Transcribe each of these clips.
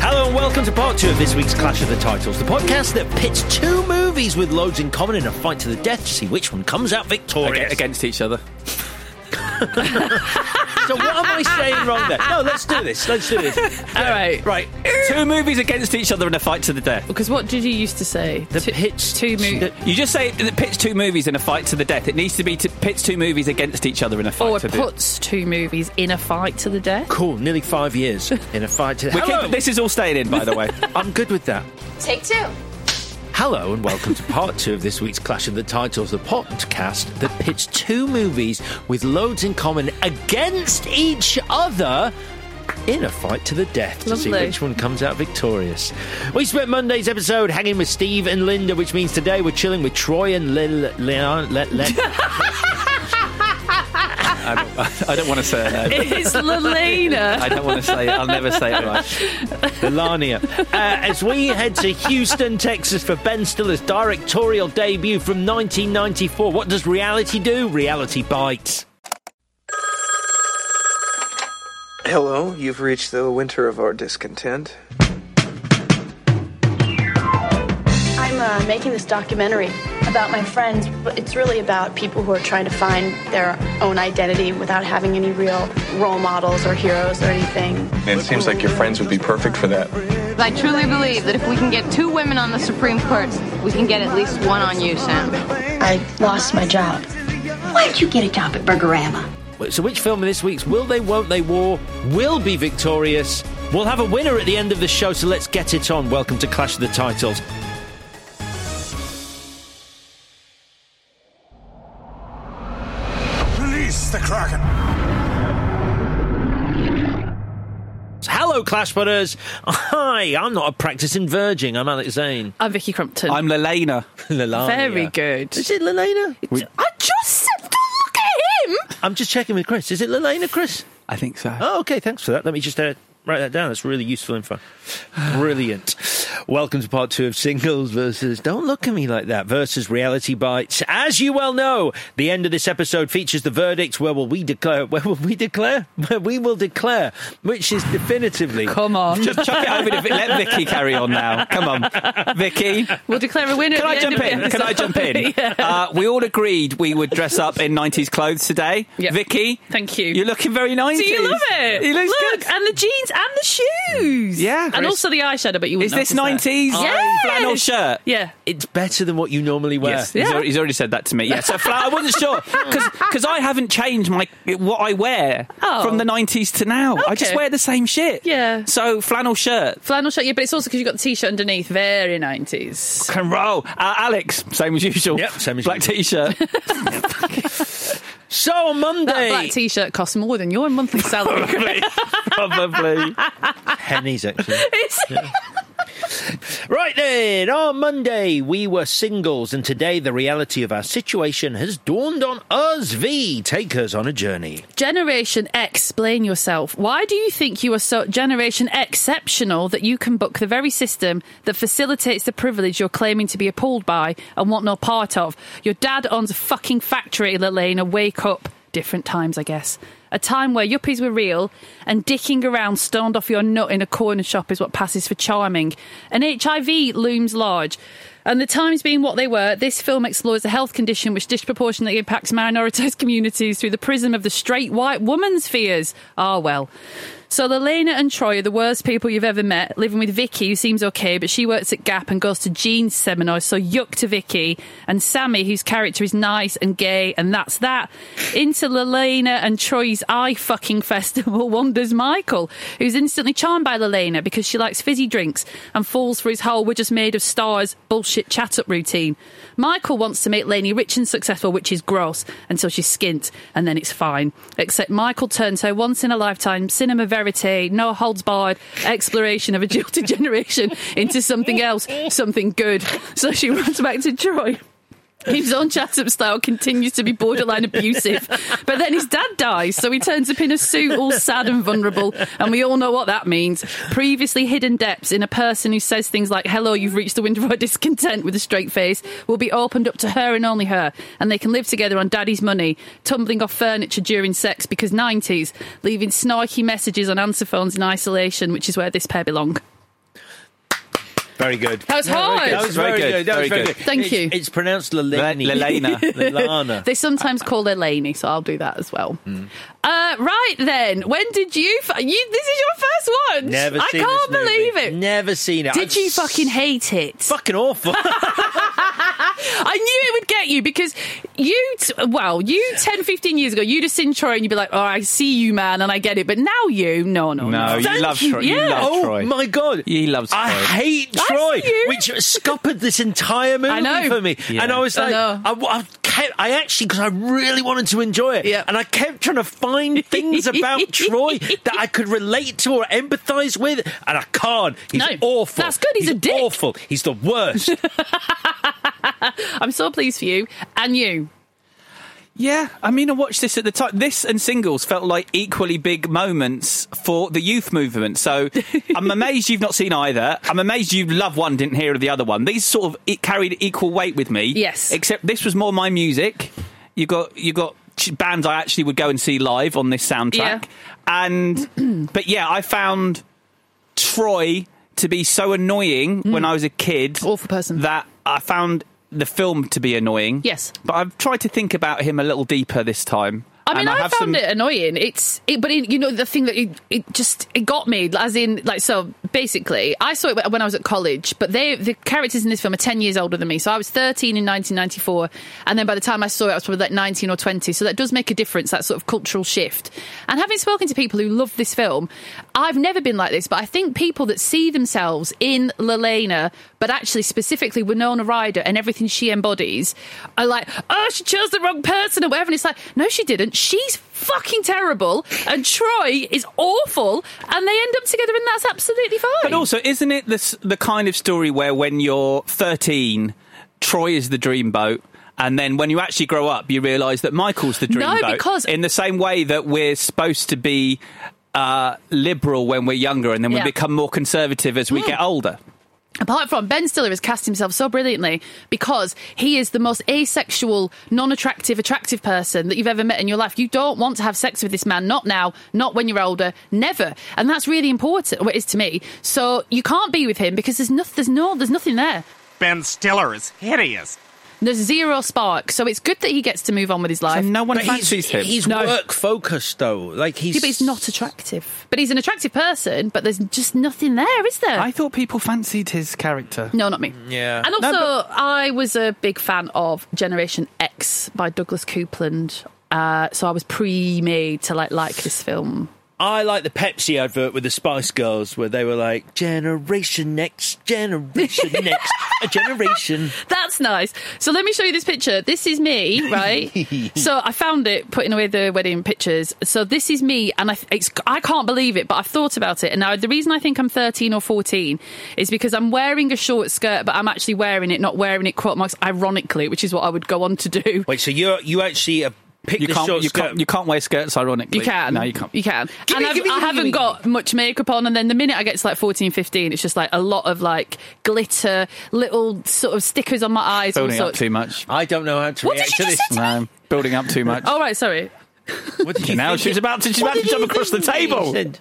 Hello and welcome to part two of this week's Clash of the Titles, the podcast that pits two movies with loads in common in a fight to the death to see which one comes out victorious. Ag- against each other. So what am I saying wrong there? No, let's do this. Let's do this. All right. Right. Two movies against each other in a fight to the death. Because what did you used to say? The Two- pitch two movies. You just say that pitch two movies in a fight to the death. It needs to be to pitch two movies against each other in a fight Or to the death. puts two movies in a fight to the death. Cool. Nearly five years in a fight to. We Hello. keep- This is all staying in, by the way. I'm good with that. Take two. Hello and welcome to part two of this week's Clash of the Titles, the podcast that pits two movies with loads in common against each other in a fight to the death to see Lovely. which one comes out victorious. We spent Monday's episode hanging with Steve and Linda, which means today we're chilling with Troy and Lil. Leon, Le, Le- I don't, I don't want to say it. no. It's Lelena. I don't want to say it. I'll never say it right. Melania. Uh, as we head to Houston, Texas for Ben Stiller's directorial debut from 1994. What does reality do? Reality bites. Hello, you've reached the winter of our discontent. I'm uh, making this documentary about my friends, but it's really about people who are trying to find their own identity without having any real role models or heroes or anything. It seems like your friends would be perfect for that. I truly believe that if we can get two women on the Supreme Court, we can get at least one on you, Sam. I lost my job. Why'd you get a job at Burgerama? So, which film of this week's Will They Won't They War will be victorious? We'll have a winner at the end of the show, so let's get it on. Welcome to Clash of the Titles. Release the Kraken! Hello, Clash Butters. Hi, I'm not a practicing virgin. I'm Alex Zane. I'm Vicky Crumpton. I'm Lelena. Lelania. Very good. Is it Lelena? I just said, look at him. I'm just checking with Chris. Is it Lelena, Chris? I think so. Oh, okay. Thanks for that. Let me just uh, write that down. That's really useful info. Brilliant. Welcome to part two of Singles versus Don't Look at Me Like That versus Reality Bites. As you well know, the end of this episode features the verdict. Where will we declare? Where will we declare? Where we will declare, which is definitively. Come on. Just chuck it over to Vi- Let Vicky carry on now. Come on. Vicky. We'll declare a winner. Can I at the jump end in? of the Can I episode. jump in? Yeah. Uh, we all agreed we would dress up in 90s clothes today. Yep. Vicky. Thank you. You're looking very 90s. Do you love it? You look look, good. and the jeans and the shoes. Yeah. and Chris. also the eyeshadow. But you Is wouldn't this notice 90s that. Yes. flannel shirt? Yeah, It's better than what you normally wear. Yes, Yeah. he's, already, he's already said that to me. Yeah, so flower, I wasn't sure because I haven't changed my what I wear Oh. from the nineties to now. I just Okay. wear the same shit. Yeah. So flannel shirt flannel shirt. Yeah, but it's also because you've got the t-shirt underneath. Very nineties. can roll. Uh, Alex, same as usual. Yep, same as black usual. t-shirt. So on Monday, That black t-shirt costs more than your monthly salary. probably, probably. pennies actually. It's- Right then, on Monday we were singles, and today the reality of our situation has dawned on us. V, take us on a journey. Generation X, explain yourself. Why do you think you are so Generation exceptional that you can book the very system that facilitates the privilege you're claiming to be appalled by and want no part of? Your dad owns a fucking factory, Lelena. Wake up. Different times, I guess. A time where yuppies were real and dicking around stoned off your nut in a corner shop is what passes for charming. And HIV looms large. And the times being what they were, this film explores a health condition which disproportionately impacts minoritized communities through the prism of the straight white woman's fears. Ah, well. So Lelena and Troy are the worst people you've ever met, living with Vicky, who seems okay, but she works at Gap and goes to Jean's seminar, so yuck to Vicky. And Sammy, whose character is nice and gay, and that's that. Into Lelena and Troy's his eye fucking festival wonders Michael, who's instantly charmed by Lelena because she likes fizzy drinks and falls for his whole we're just made of stars bullshit chat up routine. Michael wants to make Laney rich and successful, which is gross, until she's skint, and then it's fine. Except Michael turns her once in a lifetime cinema verite, no holds barred exploration of a jilted generation into something else, something good. So she runs back to Troy. His own Chatham style continues to be borderline abusive. But then his dad dies, so he turns up in a suit all sad and vulnerable. And we all know what that means. Previously hidden depths in a person who says things like, Hello, you've reached the window of our discontent with a straight face, will be opened up to her and only her. And they can live together on daddy's money, tumbling off furniture during sex because 90s, leaving snarky messages on answer phones in isolation, which is where this pair belong. Very good. That was hard. That was very good. That was very good. Thank It's- you. It's pronounced Leleni. Lelena. Lelana. They sometimes call her Laney, so I'll do that as well. Uh, right then, when did you, f- you? This is your first one. Never I seen can't this movie. believe it. Never seen it. Did I've you fucking hate it? Fucking awful. I knew it would get you because you, t- well, you 10, 15 years ago, you'd have seen Troy and you'd be like, oh, I see you, man, and I get it. But now you, no, no, No, no. you love Troy. Yeah. You love oh Troy. my god. He loves I Troy. hate I Troy, see you. which scuppered this entire movie I know. for me. Yeah. And I was like, I know. I, I kept, I actually, because I really wanted to enjoy it, Yeah. and I kept trying to find things about Troy that I could relate to or empathise with, and I can't. He's No. awful. That's good. He's a dick. Awful. He's the worst. I'm so pleased for you and you. Yeah, I mean, I watched this at the time. This and singles felt like equally big moments for the youth movement. So I'm amazed you've not seen either. I'm amazed you love one, didn't hear of the other one. These sort of it carried equal weight with me. Yes. Except this was more my music. You got you got ch- bands I actually would go and see live on this soundtrack. Yeah. And but yeah, I found Troy to be so annoying when I was a kid. Mm. Awful person. That Uh, I found the film to be annoying. Yes. But I've tried to think about him a little deeper this time. I mean, And I, have some- found it annoying. It's, it, but it, you know, the thing that it, it just it got me, as in, like, so basically, I saw it when I was at college. But they, the characters in this film are ten years older than me, so I was thirteen in 1994, and then by the time I saw it, I was probably like nineteen or twenty. So that does make a difference, that sort of cultural shift. And having spoken to people who love this film, I've never been like this, but I think people that see themselves in Lelena, but actually specifically Winona Ryder and everything she embodies, are like, oh, she chose the wrong person or whatever. And it's like, no, she didn't. She's fucking terrible, and Troy is awful, and they end up together, and that's absolutely fine. But also, isn't it this, the kind of story where when you're 13, Troy is the dreamboat? And then when you actually grow up, you realise that Michael's the No, dreamboat. because- in the same way that we're supposed to be uh, liberal when we're younger, and then Yeah. we become more conservative as we Hmm. get older. apart from Ben Stiller has cast himself so brilliantly because he is the most asexual, non-attractive, attractive person that you've ever met in your life. You don't want to have sex with this man, not now, not when you're older, never. And that's really important. Well, it is to me. So you can't be with him because there's nothing. There's no. There's nothing there. Ben Stiller is hideous. There's zero spark. So it's good that he gets to move on with his life. And no one But he's, fancies him. he's No. work focused though. Like he's, Yeah, but he's not attractive. But he's an attractive person. But there's just nothing there, is there? I thought people fancied his character. No, not me. Yeah. And also, No, I was a big fan of Generation X by Douglas Coupland. Uh, so I was pre-made to like like this film. I like the Pepsi advert with the Spice Girls where they were like Generation X, Generation X, a generation. That's nice. So let me show you this picture. This is me, right? so I found it putting away the wedding pictures. So this is me, and I, it's, I can't believe it, but I've thought about it. And now the reason I think I'm 13 or 14 is because I'm wearing a short skirt, but I'm actually wearing it, not wearing it quote marks ironically, which is what I would go on to do. Wait, so you you actually have picked You the can't, short you, skirt. can't, you can't wear skirts, ironically. You can. No, you can't. You can. Give and me- I've, give me I the haven't gimme. got much makeup on. And then the minute I get to like 14, 15, it's just like a lot of like glitter, little sort of stickers on my eyes. all Building up sorts. too much. I don't know how to What did react you to just this. say No, building up too much. Oh, right. Sorry. What did you now think she's it- about to, she's what about to did jump you across the think it table. said?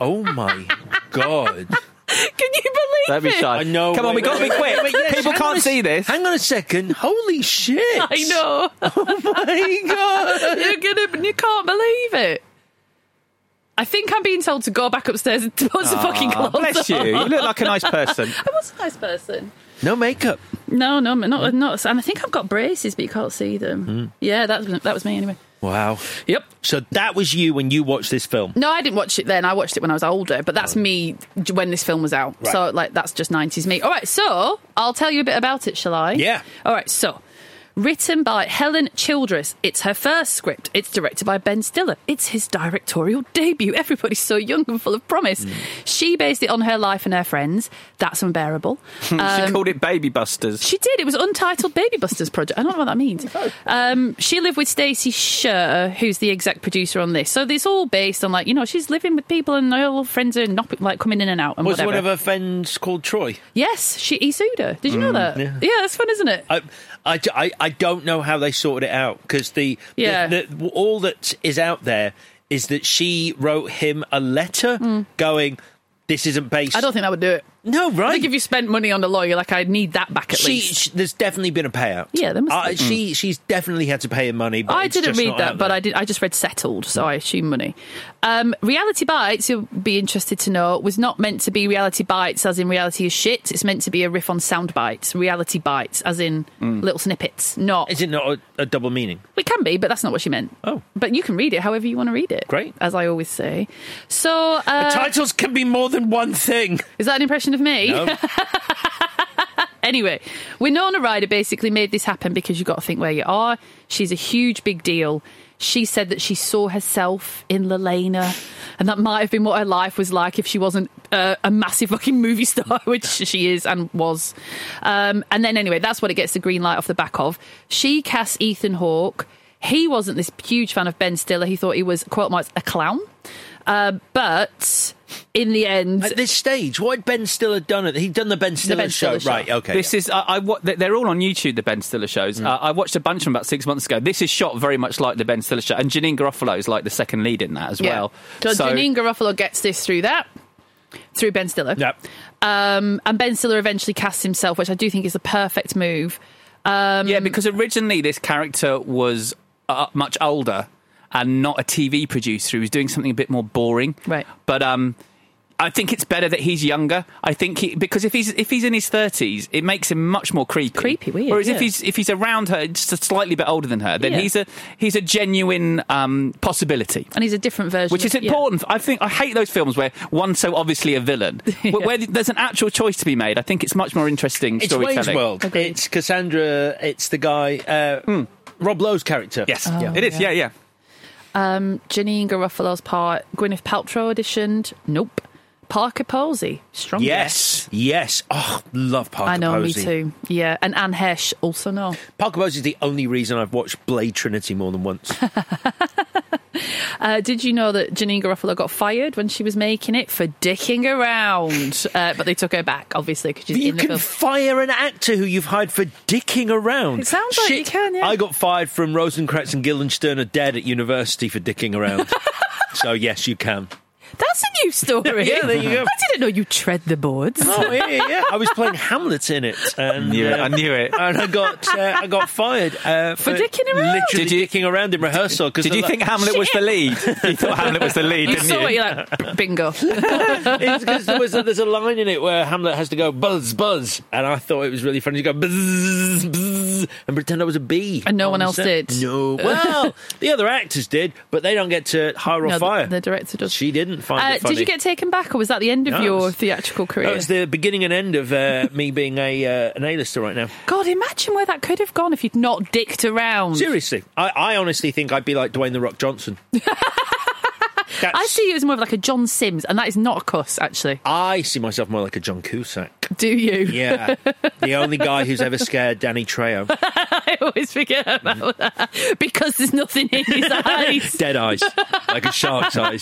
Oh my god! Can you believe Don't be it? shy. I know. Come on, we wait, got to wait, be quick. wait, yes, People hang on can't a- see this. Hang on a second. Holy shit! I know. My god! You're gonna, you can't believe it. I think I'm being told to go back upstairs and put some fucking Ah, clothes bless you. on. You look like a nice person. I was a nice person. No makeup. Hmm. No, no, not, not. And I think I've got braces, but you can't see them. Yeah, that was, that was me anyway. Wow. Yep. So that was you when you watched this film. No, I didn't watch it then. I watched it when I was older, but that's me j- when this film was out. Oh. Right. So, like, that's just 90s me. All right, so I'll tell you a bit about it, shall I? Yeah. All right, so written by Helen Childress. It's her first script. It's directed by Ben Stiller. It's his directorial debut. Everybody's so young and full of promise. Mm. She based it on her life and her friends. That's unbearable. she called it Baby Busters. She did. It was Untitled Baby Busters Project. I don't know what that means. Oh. Um, she lived with Stacey Scher, who's the exec producer on this. So this all based on like you know she's living with people and her old friends are not like coming in and out and Was whatever. one of her friends called Troy? yes, she he sued her. Did you know that? Mm, yeah. Yeah. that's fun, isn't it? I, I, I, I don't know how they sorted it out because the, the- Yeah. the, all that is out there is that she wrote him a letter going, "This isn't based." Hmm. I don't think that would do it. No, I right? think if you spent money on a lawyer, like I need that back at she, least. she, there's definitely been a payout. Yeah, there must uh, be. She, she's definitely had to pay him money. But I it's didn't just read not out that, but there. I did. I just read settled, so I assume money. Um, reality bites, you'll be interested to know, was not meant to be reality bites, as in reality is shit. It's meant to be a riff on sound bites, reality bites, as in little snippets. Not Hmm. Is it not a, a double meaning? it can be, but that's not what she meant. Oh. but you can read it however you want to read it. Great. as I always say. So uh, Titles can be more than one thing. is that an impression of me? No. Anyway, Winona Ryder basically made this happen because you've got to think where you are. She's a huge big deal. She said that she saw herself in Lelena, and that might have been what her life was like if she wasn't uh, a massive fucking movie star, which she is and was. Um, and then, anyway, that's what it gets the green light off the back of. She casts Ethan Hawke. He wasn't this huge fan of Ben Stiller. He thought he was, quote marks, a clown. Uh, but in the end, At this stage, what had Ben Stiller done? It he'd done the Ben Stiller, Ben Stiller show, right? show. Okay, Mm. This is I, I wa- they- they're all on YouTube. The Ben Stiller shows. Uh, I watched a bunch of them about six months ago. This is shot very much like the Ben Stiller show, and Janine Garofalo is like the second lead in that as well. So, Janine Garofalo gets this through that, through Ben Stiller. yeah. Um, and Ben Stiller eventually casts himself, which I do think is the perfect move. Um, yeah, because originally this character was uh, much older and not a TV producer. He was doing something a bit more boring. Right. But um, I think it's better that he's younger. I think he, because if he's if he's in his thirties, it makes him much more creepy. Creepy, weird, Whereas yeah. if he's if he's around her, just a slightly bit older than her, then Yeah. he's a he's a genuine um, possibility. And he's a different version. Which of- is yeah. important. I think I hate those films where one's so obviously a villain, Yeah. where, where there's an actual choice to be made. I think it's much more interesting It's storytelling. Wayne's World. Agreed. It's Cassandra. It's the guy, uh, Rob Lowe's character. Yes, Oh, it is. yeah. Yeah, yeah. Um, Janine Garofalo's part, Gwyneth Paltrow auditioned. Nope. Parker Posey, strong. Yes, yes. Oh, love Parker I know, Posey. me too. Yeah, and Anne Hesh also no. Parker Posey is the only reason I've watched Blade Trinity more than once. Uh, did you know that Janine Garofalo got fired when she was making it for dicking around? Uh, but they took her back, obviously, because she's you in the can film. fire an actor who you've hired for dicking around. It sounds like Shit, you can, yeah. I got fired from Rosencrantz and Guildenstern are dead at university for dicking around. so yes, you can. That's a new story. Yeah, there you go. I didn't know you tread the boards. Oh yeah, yeah, yeah. I was playing Hamlet in it, and Knew it. uh, I knew it. and I got uh, I got fired uh, For dicking around? Literally Did you- dicking around in rehearsal. Cause Did you they're think like, Hamlet was the lead? You thought Hamlet was the lead, You didn't saw you? it, you're like, bingo. It's 'cause there was there's a line in it where Hamlet has to go buzz buzz, and I thought it was really funny to go buzz buzz and pretend I was a bee. And no one On else set. did. No, well, the other actors did, but they don't get to hire or No, the- fire. The, director does. She didn't find Uh, it funny. did you get taken back, or was that the end of No, it your was- theatrical That career? was the beginning and end of uh, me being a uh, an A-lister right now. God, imagine where that could have gone if you'd not dicked around. Seriously, I, I honestly think I'd be like Dwayne the Rock Johnson. That's- I see you as more of like a John Sims, and that is not a cuss, actually. I see myself more like a John Cusack. Do you? Yeah, the only guy who's ever scared Danny Trejo. I always forget about that because there's nothing in his eyes. Dead eyes, like a shark's eyes.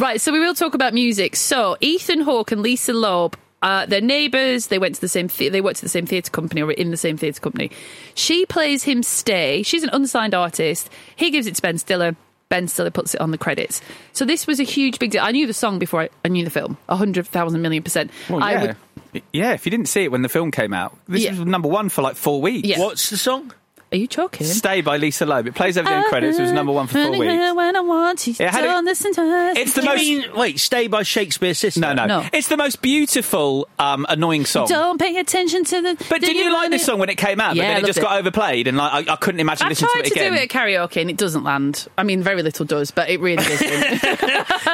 Right, so we will talk about music. So Ethan Hawke and Lisa Loeb. Uh, they're neighbours. They went to the same. The- they worked at the same theatre company, or were in the same theatre company. She plays him. Stay. She's an unsigned artist. He gives it to Ben Stiller. Ben Stiller puts it on the credits. So this was a huge big deal. I knew the song before I, I knew the film. A hundred thousand million percent. Well, I yeah. would. yeah, if you didn't see it when the film came out, this Yeah. was number one for like four weeks. Yeah. What's the song? Are you choking? Stay by Lisa Loeb. It plays over the end credits. It was number one for four Running weeks. away When I want you, It had a- don't listen to us. It's the You most. mean, wait, Stay by Shakespeare's Sister? no, no, No. It's the most beautiful, um, annoying song. Don't pay attention to the. But do did you, like wanna- this song when it came out? Yeah, but I then it loved just it. got overplayed, and like I, I couldn't imagine I listening tried to it to again. do it at karaoke and it doesn't land. I mean, very little does, but it really doesn't.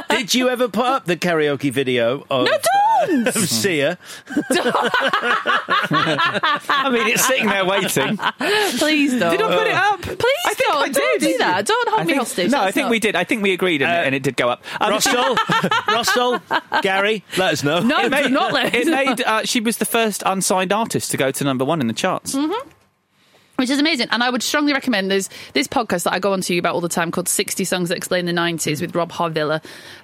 Did you ever put up the karaoke video of, no, of don't! Sia? I mean, it's sitting there waiting. Please don't. Did I put it up? Please I think don't. I Don't did. do that. Don't hold I me think- hostage. No, I That's think not- we did. I think we agreed, and, Uh, it, and it did go up. Um, Russell? Russell? Gary? Let us know. No, do not let it made. Uh, she was the first unsigned artist to go to number one in the charts. Mm-hmm. which is amazing. And I would strongly recommend there's this podcast that I go on to you about all the time called 60 Songs That Explain the 90s with Rob Harvilla.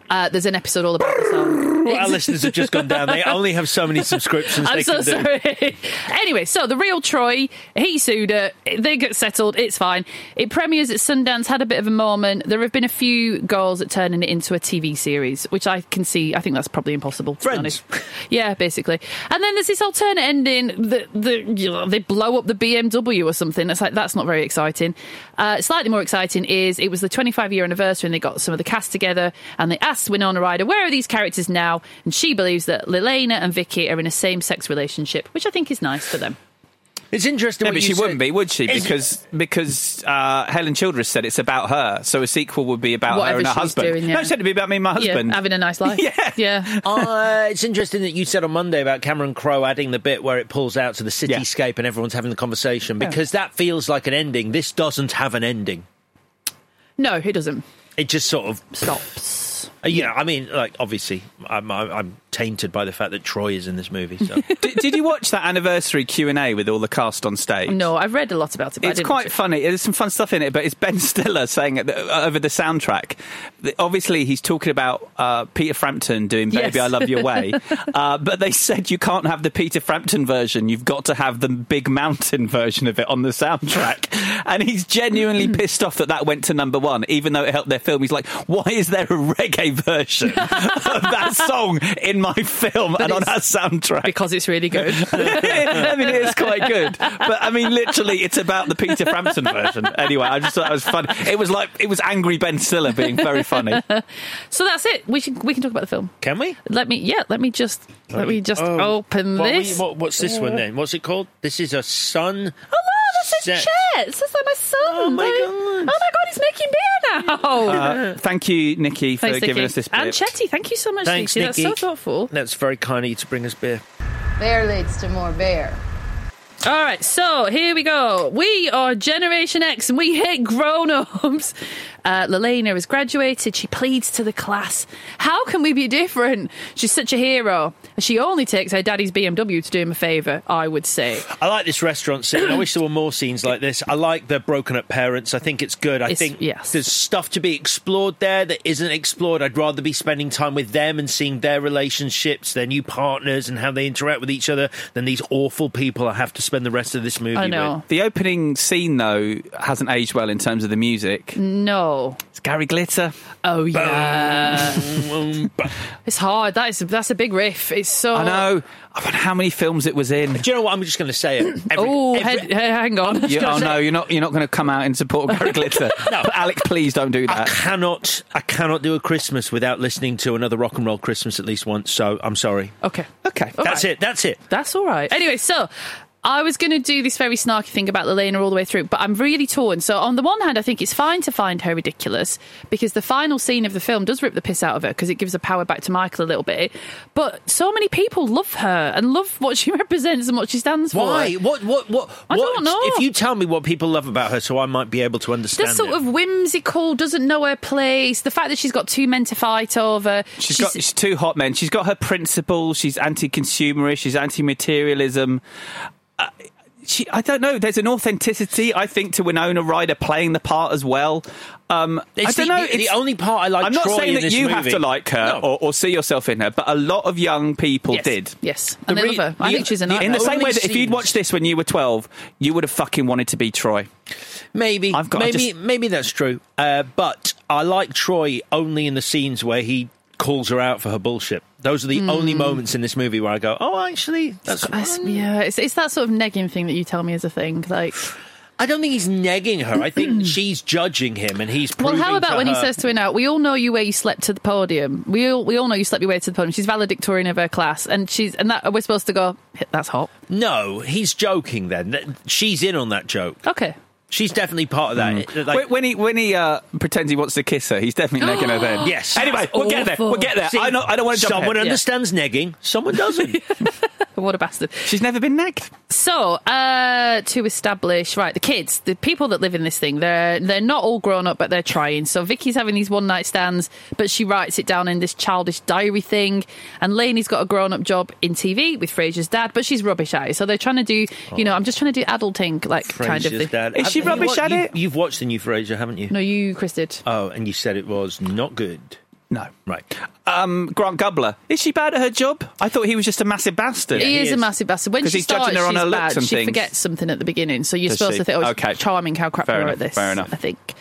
Uh, there's an episode all about the song. Our listeners have just gone down. They only have so many subscriptions I'm they so can do. sorry. anyway, so the real Troy, he sued her. They get settled. It's fine. It premieres at Sundance. Had a bit of a moment. There have been a few goals at turning it into a TV series, which I can see. I think that's probably impossible. To Friends. Be honest. Yeah, basically. And then there's this alternate ending that the, you know, they blow up the BMW or something. It's like that's not very exciting. Uh, slightly more exciting is it was the 25 year anniversary and they got some of the cast together and they asked Winona Ryder, "Where are these characters now?" And she believes that Lilena and Vicky are in a same sex relationship, which I think is nice for them. It's interesting. No, what but you she said. wouldn't be, would she? Is- Because because uh, Helen Childress said it's about her, so a sequel would be about Whatever her and her she's husband. doing, yeah. No, she said it'd be about me and my husband. Yeah, having a nice life. Yeah. yeah. uh, it's interesting that you said on Monday about Cameron Crowe adding the bit where it pulls out to the cityscape and everyone's having the conversation because that feels like an ending. This doesn't have an ending. No, it doesn't. It just sort of Stops. Yeah, I mean, like obviously, I'm I'm- I'm tainted by the fact that Troy is in this movie. So did, did you watch that anniversary Q and A with all the cast on stage? No, I've read a lot about it. But I It's didn't watch quite it. funny. There's some fun stuff in it, but it's Ben Stiller saying it uh, over the soundtrack. that Obviously, he's talking about uh, Peter Frampton doing Yes. "Baby, I Love Your Way," uh, but they said you can't have the Peter Frampton version. You've got to have the Big Mountain version of it on the soundtrack. And he's genuinely pissed off that that went to number one, even though it helped their film. He's like, "Why is there a reggae version of that song in my film and on our it's- soundtrack?" because it's really good. I mean, it is quite good, but I mean, literally, it's about the Peter Frampton version. Anyway, I just thought that was fun. It was like it was angry Ben Stiller being very funny. so that's it. We should we can talk about the film. can we? Um, Let me yeah. Let me just let me just open What Oh, we- this. Uh, what- what's this one then? What's it called? This is a sun. Oh no, that's Set. his chair. It's just like my son. Oh, my Like- God. Oh my god, he's making beer now. Uh, thank you, Nikki, for Thanks, giving Nikki. us this. Bit. and Chetty, thank you so much, Thanks, Nikki. That's so Nikki. thoughtful. That's very kind of you to bring us beer. Bear leads to more bear. All right, so here we go. We are Generation X and we hate grown ups. Uh, Lelena has graduated. She pleads to the class. How can we be different? She's such a hero. She only takes her daddy's BMW to do him a favour, I would say. I like this restaurant scene. I wish there were more scenes like this. I like the broken up parents. I think it's good. I It's- think yes. there's stuff to be explored there that isn't explored. I'd rather be spending time with them and seeing their relationships, their new partners, and how they interact with each other than these awful people I have to spend the rest of this movie I with. know. the opening scene though hasn't aged well in terms of the music. Mm. No. It's Gary Glitter. Oh, yeah. Mm, um, it's hard. That is, that's a big riff. It's so. I know. I wonder how many films it was in. Do you know what? I'm just going to say it. Every- Oh, every- head- hang on. You- oh no, you're not. You're not going to come out in support of Gary Glitter. no, Alec, please don't do I that. Ah, cannot, I cannot do a Christmas without listening to another rock and roll Christmas at least once. So I'm sorry. Okay. Okay. That's it. That's it. That's all right. Anyway, so I was going to do this very snarky thing about Lelena all the way through, but I'm really torn. So, on the one hand, I think it's fine to find her ridiculous because the final scene of the film does rip the piss out of her because it gives her power back to Michael a little bit. But so many people love her and love what she represents and what she stands for. Why? What? What? What? I what, don't know. If you tell me what people love about her, so I might be able to understand. The sort it. of whimsical, doesn't know her place. The fact that she's got two men to fight over. She's got she's two hot men. She's got her principles. She's anti-consumerist. She's anti-materialism. Uh, she, I don't know. There's an authenticity, I think, to Winona Ryder playing the part as well. Um, I It's don't the- know. the- it's- the only part I like I'm not Troy saying in that this you have movie. to like her No. or, or see yourself in her, but a lot of young people yes. did. Yes. And The they re- love her. I the- think she's a the- nightmare. In the same Uh, Only way that if you'd scenes- watched this when you were 12, you would have fucking wanted to be Troy. Maybe, I've got- I maybe, just- maybe that's true. Uh, but I like Troy only in the scenes where he calls her out for her bullshit. Those are the only Hmm. moments in this movie where I go, "Oh, actually, that's." That's- yeah, it's, it's that sort of negging thing that you tell me is a thing. Like, I don't think he's negging her. I think she's judging him, and he's. Well, proving how to about when he her- says to her now, we all know you where you slept to the podium. We all, we all know you slept your way to the podium. She's valedictorian of her class, and she's and that we're supposed to go. That's hot. "No, he's joking." Then That- she's in on that joke. Okay. She's definitely part of Hmm. that. Like, when, when he when he uh, pretends he wants to kiss her, he's definitely negging her then. Yes. Anyway, we'll get there. We'll get there. See, I don't, I don't want to jump Someone ahead. understands negging. Someone doesn't. What a bastard. She's never been negged. So, uh, to establish, right, the kids, the people that live in this thing, they're they're not all grown up, but they're trying. So Vicky's having these one night stands, but she writes it down in this childish diary thing. And Lainey's got a grown up job in TV with Fraser's dad, but she's rubbish at it. So they're trying to do, you know, I'm just trying to do adulting, like kind of Frasier's thing. dad. Is Have she you rubbish wa- at you- it? You've watched the new Frasier, haven't you? No, you, Chris, did. Oh, and you said it was not good. No. Right. Um, Grant Gubler. Is she bad at her job? I thought he was just a massive bastard. he, he is, a is. massive bastard. When 'Cause she he's judging starts, her on she's her looks bad. and she things. forgets something at the beginning, so you're Does supposed she? to think, "Oh, Okay. it's charming, how crap Fair we are enough, at this." fair enough. I think.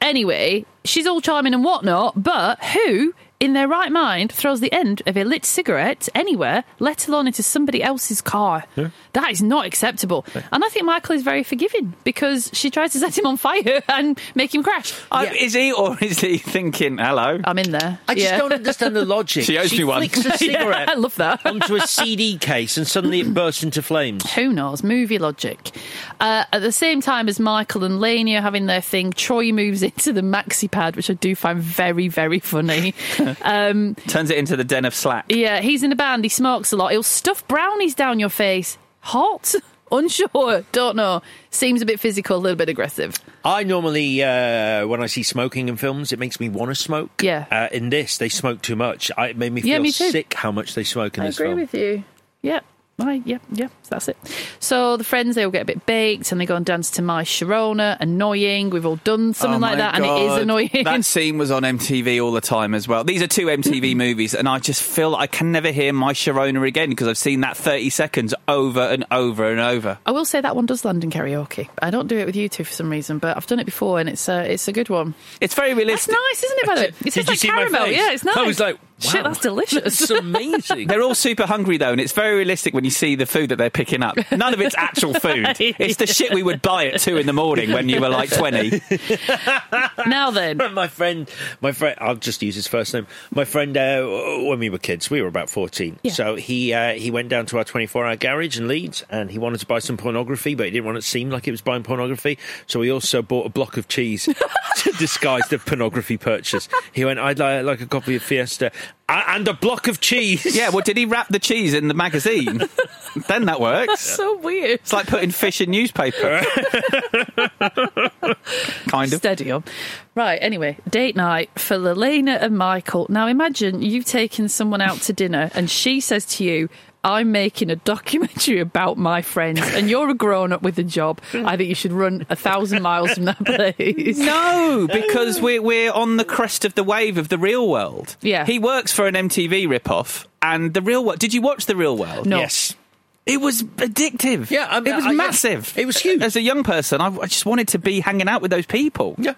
Anyway, she's all charming and whatnot, but who, in their right mind, throws the end of a lit cigarette anywhere, let alone into somebody else's car? That is not acceptable. And I think Michael is very forgiving because she tries to set him on fire and make him crash. I- Yeah. Is he or is he thinking, hello? I'm in there. I just Yeah. don't understand the logic. She owes me one. flicks a cigarette I love that. onto a CD case and suddenly it bursts into flames. Who knows? Movie logic. Uh, at the same time as Michael and Laney are having their thing, Troy moves into the maxi pad, which I do find very, very funny. um, Turns it into the den of slack. yeah, he's in a band. He smokes a lot. He'll stuff brownies down your face. Hot? Unsure? Don't know. Seems a bit physical, a little bit aggressive. I normally, uh, when I see smoking in films, it makes me want to smoke. Yeah. Uh, in this, they smoke too much. I, it made me feel Yeah, me too. sick how much they smoke in I this agree film. with you. Yeah. I, yeah, yeah, so that's it. So the friends, they all get a bit baked and they go and dance to My Sharona. Annoying. We've all done something Oh like my that and it is God. annoying. That scene was on MTV all the time as well. These are two MTV movies, and I just feel I can never hear my Sharona again because I've seen that 30 seconds over and over and over. I will say that one does London karaoke. I don't do it with you two for some reason, but I've done it before and it's a, it's a good one. It's very That's realistic. nice, isn't it, by the way? It Did tastes you like see my caramel. face? Yeah, it's nice. I was like, shit, wow. that's delicious. It's amazing. They're all super hungry though, and it's very realistic when you see the food that they're picking up. None of it's actual food. It's the shit we would buy at two in the morning when you were like twenty. now then, my friend, my friend, I'll just use his first name. My friend, uh, when we were kids, we were about fourteen. Yeah. So he uh, he went down to our twenty four hour garage in Leeds, and he wanted to buy some pornography, but he didn't want it to seem like it was buying pornography. So he also bought a block of cheese to disguise the pornography purchase. He went, "I'd like, like a copy of Fiesta "A- and a block of cheese." Yeah, well, did he wrap the cheese in the magazine? then that works. so weird. It's like putting fish in newspaper. kind of. Steady on. Right, anyway, date night for Lelena and Michael. Now imagine you've taken someone out to dinner and she says to you, I'm making a documentary about my friends and you're a grown up with a job. I think you should run a thousand miles from that place. No, because we're we're on the crest of the wave of the real world. Yeah. he works for an MTV ripoff, and the real world. Did you watch the real world? No. Yes. It was addictive. Yeah, I mean, it was I- I- massive. it was huge. As a young person, I, I just wanted to be hanging out with those people. Yeah.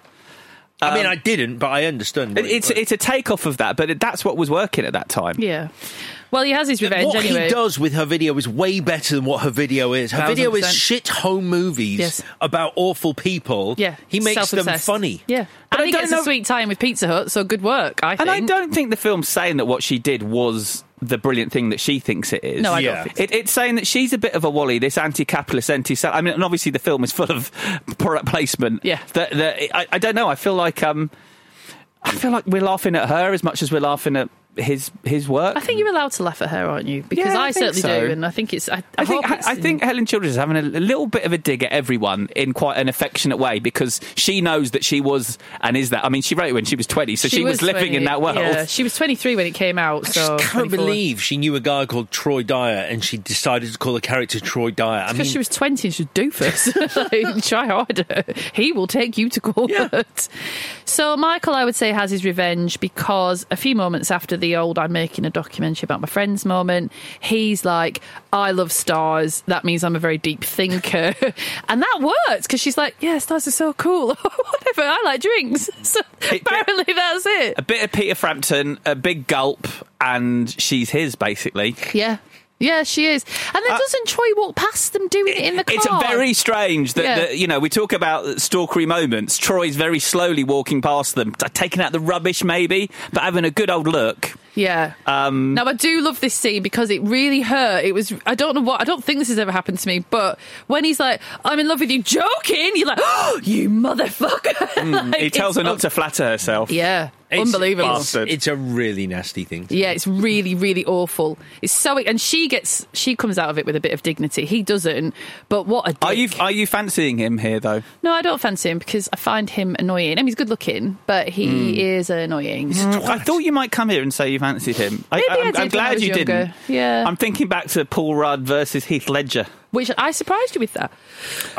I mean, I didn't, but I understand. um, It- what he- It's it's a takeoff of that, but it, that's what was working at that time. Yeah. Well, he has his revenge what anyway. he does with her video is way better than what her video is. Her video is 1000%. shit home movies Yes. about awful people. Yeah, he makes them self-obsessed. funny. Yeah, But and I he don't gets a know- sweet time with Pizza Hut, so good work. I think. And I don't think the film's saying that what she did was the brilliant thing that she thinks it is. No, I Yeah. don't. Think It, it's saying that she's a bit of a wally, this anti-capitalist, anti. I mean, and obviously the film is full of product placement. Yeah. That, that I, I don't know. I feel like um, I feel like we're laughing at her as much as we're laughing at his his work. I think you're allowed to laugh at her, aren't you? Because Yeah, I I, think certainly so. do, and I think it's. I, I, I think hope it's I think Helen Childers is having a little bit of a dig at everyone in quite an affectionate way because she knows that she was and is that. I mean, she wrote it when she was twenty, so she, was, living in 20 that world. Yeah, she was 23 when it came out. So I can't 24. believe she knew a guy called Troy Dyer and she decided to call the character Troy Dyer. I mean, Because she was 20 and she's a doofus. like, try harder. He will take you to court. Yeah. So, Michael, I would say, has his revenge because a few moments after the old I'm making a documentary about my friends moment, he's like, I love stars. That means I'm a very deep thinker. and that works because she's like, yeah, stars are so cool. Whatever. I like drinks. So, apparently, that's it. a bit of Peter Frampton, a big gulp, and she's his basically. Yeah. Yeah, she is. And then Uh, doesn't Troy walk past them doing it, in the car? It's very strange that, Yeah. that you know we talk about stalkery moments. Troy's very slowly walking past them, t- taking out the rubbish maybe, but having a good old look. Yeah. Um, Now I do love this scene because it really hurt. It was I don't know what I don't think this has ever happened to me, but when he's like, "I'm in love with you," joking, you're like, "Oh, you motherfucker!" Like, he Mm, tells it's her not un- to flatter herself. Yeah, unbelievable. It's, it's a really nasty thing. yeah, it's really, really awful. It's so, and she gets, she comes out of it with a bit of dignity. He doesn't, but what a dick. Are you are you fancying him here though? no, I don't fancy him because I find him annoying. I mean, he's good looking, but he Mm. is annoying. I thought you might come here and say you fancied him. Maybe I am did when I glad was you younger. didn't. Yeah. I'm thinking back to Paul Rudd versus Heath Ledger. Which I surprised you with that.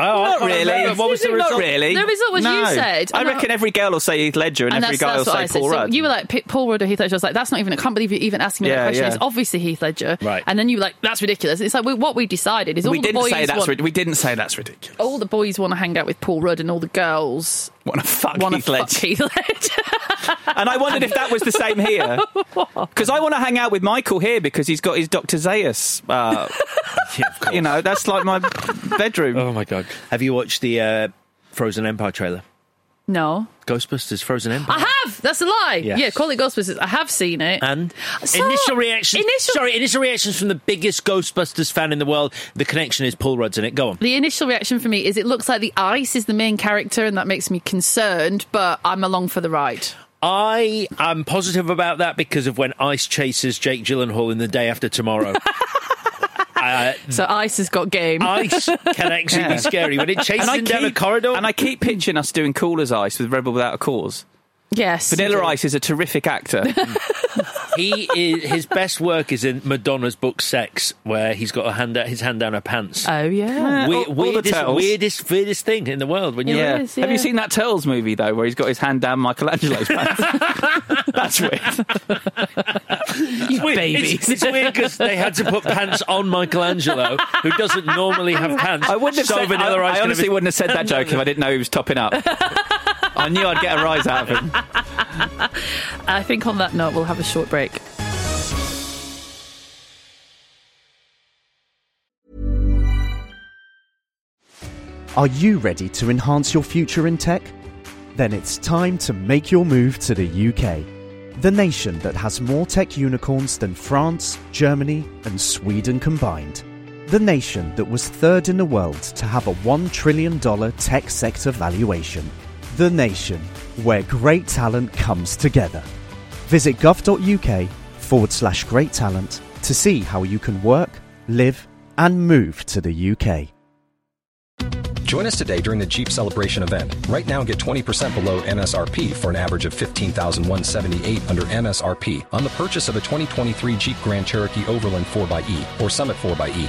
Oh, I Not can't really. remember. What was the Not result? Not really. The result was you No. said. I And I- reckon every girl will say Heath Ledger and, every guy will say Paul So Rudd. you were like P- Paul Rudd or Heath Ledger. I was like, that's not even. I can't believe you're even asking me that Yeah, question. yeah. It's obviously Heath Ledger. Right. And then you were like, that's ridiculous. It's like we, what we decided is all we the didn't boys say that's want, rid- we didn't say that's ridiculous. all the boys want to hang out with Paul Rudd, and all the girls What a fuck want to Heath Ledger. fuck Heath Ledger. And I wondered if that was the same here. Because I want to hang out with Michael here because he's got his Dr. Zaius. Uh, Yeah, of course. you know, that's like my bedroom. Oh my god! Have you watched the uh, Frozen Empire trailer? no. Ghostbusters Frozen Empire. I have. That's a lie. Yes. Yeah, call it Ghostbusters. I have seen it. And Ah, So- initial reactions. Initial, Sorry, initial reactions from the biggest Ghostbusters fan in the world. The connection is Paul Rudd's in it. Go on. The initial reaction for me is it looks like the ice is the main character, and that makes me concerned. But I'm along for the ride. I am positive about that because of when Ice chases Jake Gyllenhaal in the day after tomorrow. uh, So Hmm. ice has got game. ice can actually be scary when it chases him down a corridor. and I keep picturing us doing Cool as Ice with Rebel Without a Cause. yes. Vanilla Ice is a terrific actor. he is, his best work is in Madonna's book Sex, where he's got a hand his hand down her pants. Uh, Oh yeah. We- all- all the weirdest, turtles. weirdest, weirdest thing in the world when you Yeah. look- is, Have you yeah. seen that Turtles movie, though, where he's got his hand down Michelangelo's pants? that's weird. you Weird. babies. It's, it's weird because they had to put pants on Michelangelo, who doesn't normally have pants. I wouldn't have so said, Vanilla Ice I, I can honestly have his- wouldn't have said that joke if I didn't know he was topping up. I knew I'd get a rise out of him. I think on that note, we'll have a short break. Are you ready to enhance your future in tech? Then it's time to make your move to the UK, the nation that has more tech unicorns than France, Germany, and Sweden combined. The nation that was third in the world to have a $1 trillion tech sector valuation. The nation where great talent comes together. Visit gov.uk forward slash great talent to see how you can work, live, and move to the UK. Join us today during the Jeep Celebration event. Right now, get 20% below MSRP for an average of 15178 under MSRP on the purchase of a 2023 Jeep Grand Cherokee Overland 4xE or Summit E, 4xE.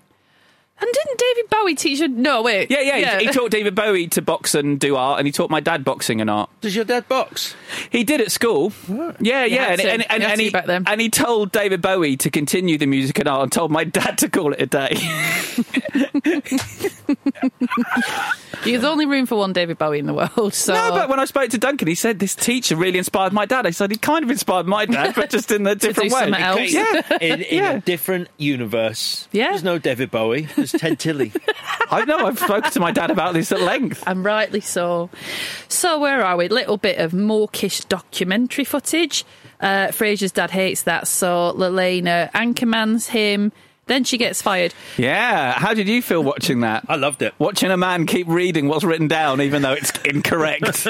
And didn't David Bowie teach you? No, wait. Yeah, yeah. He, he taught David Bowie to box and do art, and he taught my dad boxing and art. Does your dad box? He did at school. Yeah, yeah. And, had and, to. and, You had and to he, back then. and he told David Bowie to continue the music and art and told my dad to call it a day. There's only room for one David Bowie in the world. So no, but when I spoke to Duncan, he said this teacher really inspired my dad. I said he kind of inspired my dad, but just in a different way. something else. Because- Oh, Yeah. In, in Yeah. a different universe. Yeah. There's no David Bowie. There's Ted Tilly. I know. I've spoken to my dad about this at length. and rightly so. So where are we? Little bit of mawkish documentary footage. Uh, Fraser's dad hates that, so Lelena anchormans him. Then she gets fired. Yeah. How did you feel watching that? I loved it. Watching a man keep reading what's written down, even though it's incorrect.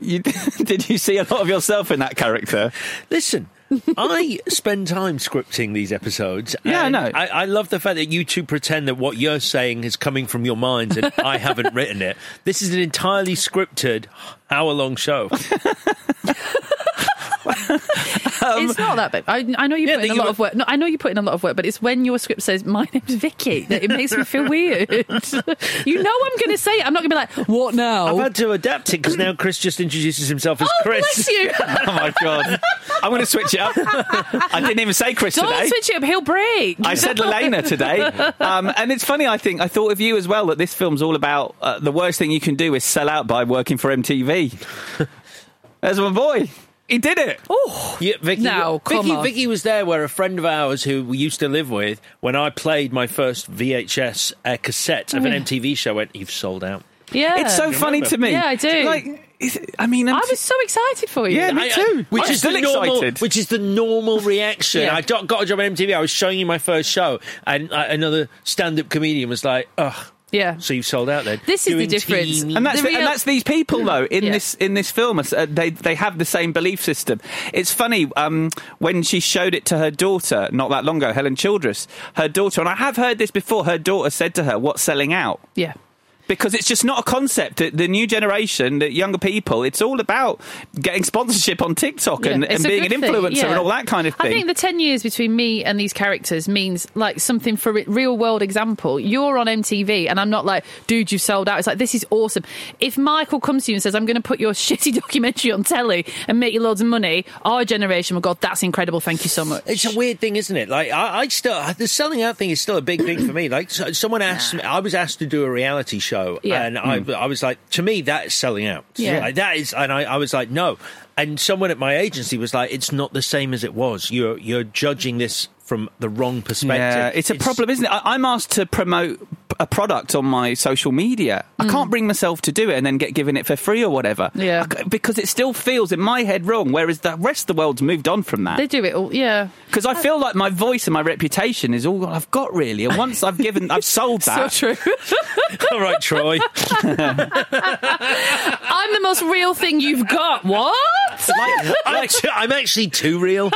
you, did you see a lot of yourself in that character? Listen, I spend time scripting these episodes. Yeah, I and know. I, I love the fact that you two pretend that what you're saying is coming from your minds and I haven't written it. This is an entirely scripted hour long show. Um, it's not that big. I, I know you Yeah, put in that a you lot were- of work. No, I know you put in a lot of work, but it's when your script says "My name's Vicky" that it makes me feel weird. you know I'm going to say it. I'm not going to be like, "What now?" Oh. I've had to adapt it because now Chris just introduces himself as Oh, Chris. bless you. oh my god! I'm going to switch it up. I didn't even say Chris Don't today. switch it up. He'll break. I said Lelena today, um, and it's funny. I think I thought of you as well. That this film's all about uh, the worst thing you can do is sell out by working for MTV. There's my boy. He did it. Oh, Yeah, Vicky, Now, come Vicky, on. Vicky was there where a friend of ours who we used to live with, when I played my first VHS uh, cassette of an Yeah. MTV show, went, You've sold out. yeah. It's so You funny remember? to me. Yeah, I do. Like, is it- I mean, I'm I was so excited for you. Yeah, me I- I- too. which I'm is the still normal, excited. Which is the normal reaction. Yeah. I got, got a job at MTV. I was showing you my first show, and uh, another stand-up comedian was like, "Ugh, yeah. so you've sold out then." This is the Doing difference. TV. and that's The the- real- and that's these people though in Yeah. this in this film uh, they they have the same belief system it's funny um, when she showed it to her daughter not that long ago Helen Childress her daughter and I have heard this before her daughter said to her what's selling out Yeah. because it's just not a concept that the new generation the younger people it's all about getting sponsorship on TikTok and, Yeah, it's and a being an good influencer thing, yeah. and all that kind of thing I think the 10 years between me and these characters means like something for a real world example. You're on MTV and I'm not like, dude, you've sold out. It's like, this is awesome. If Michael comes to you and says, I'm going to put your shitty documentary on telly and make you loads of money, our generation will go, that's incredible. Thank you so much. It's a weird thing, isn't it? Like I, I still the selling out thing is still a big thing for me. Like so, someone asked me, I was asked to do a reality show, Yeah. and I, Hmm. I was like, to me that is selling out. Yeah. Like, that is, and I, I was like, no. And someone at my agency was like, it's not the same as it was. You're you're judging this from the wrong perspective. Yeah, uh, it's a problem, isn't it? I, I'm asked to promote a product on my social media. I can't bring myself to do it and then get given it for free or whatever. Mm. Yeah. I c- because it still feels in my head wrong. Whereas the rest of the world's moved on from They that. do it all. Yeah. Because I feel like my voice and my reputation is all I've got really. And once I've given, I've sold that. So true. All right, Troy. I'm the most real thing you've got. What? Like- I'm, too- I'm actually too real.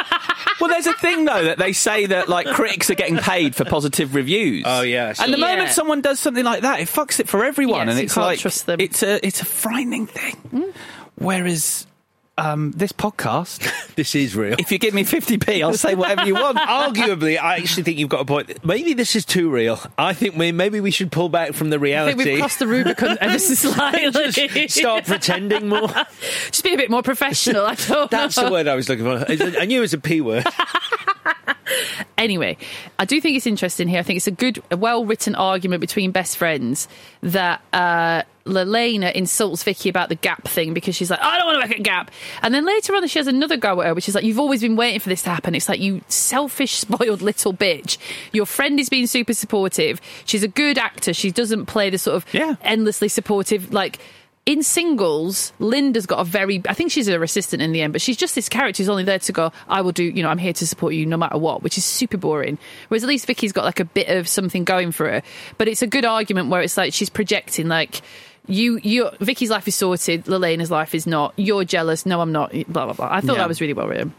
well, there's a thing though that they say that like critics are getting paid for positive reviews. Oh, yeah, and the sure. moment Yeah. someone does something like that, it fucks it for everyone, Yes, and you it's can't like trust them. Hmm? it's a it's a frightening thing. Whereas um, this podcast, This is real. if you give me fifty p, I'll say whatever you want. Arguably, I actually think you've got a point. Maybe this is too real. I think we, maybe we should pull back from the I reality. think we've crossed the Rubicon ever so slightly. Just start pretending more. Just be a bit more professional. I don't That's know. the word I was looking for. I knew it was a P word. anyway, I do think it's interesting here. I think it's a good, a well written argument between best friends that uh, Lelena insults Vicky about the Gap thing because she's like, I don't want to work at Gap. And then later on, she has another go at her, which is like, You've always been waiting for this to happen. It's like, You selfish, spoiled little bitch. Your friend is being super supportive. She's a good actor. She doesn't play the sort of Yeah. endlessly supportive, like, in singles, Linda's got a very, I think she's her assistant in the end, but she's just this character who's only there to go, I will do, you know, I'm here to support you no matter what, which is super boring. Whereas at least Vicky's got like a bit of something going for her. But it's a good argument where it's like she's projecting, like, you, you, Vicky's life is sorted, Lelena's life is not, you're jealous, no, I'm not, blah, blah, blah. I thought Yeah. that was really well written.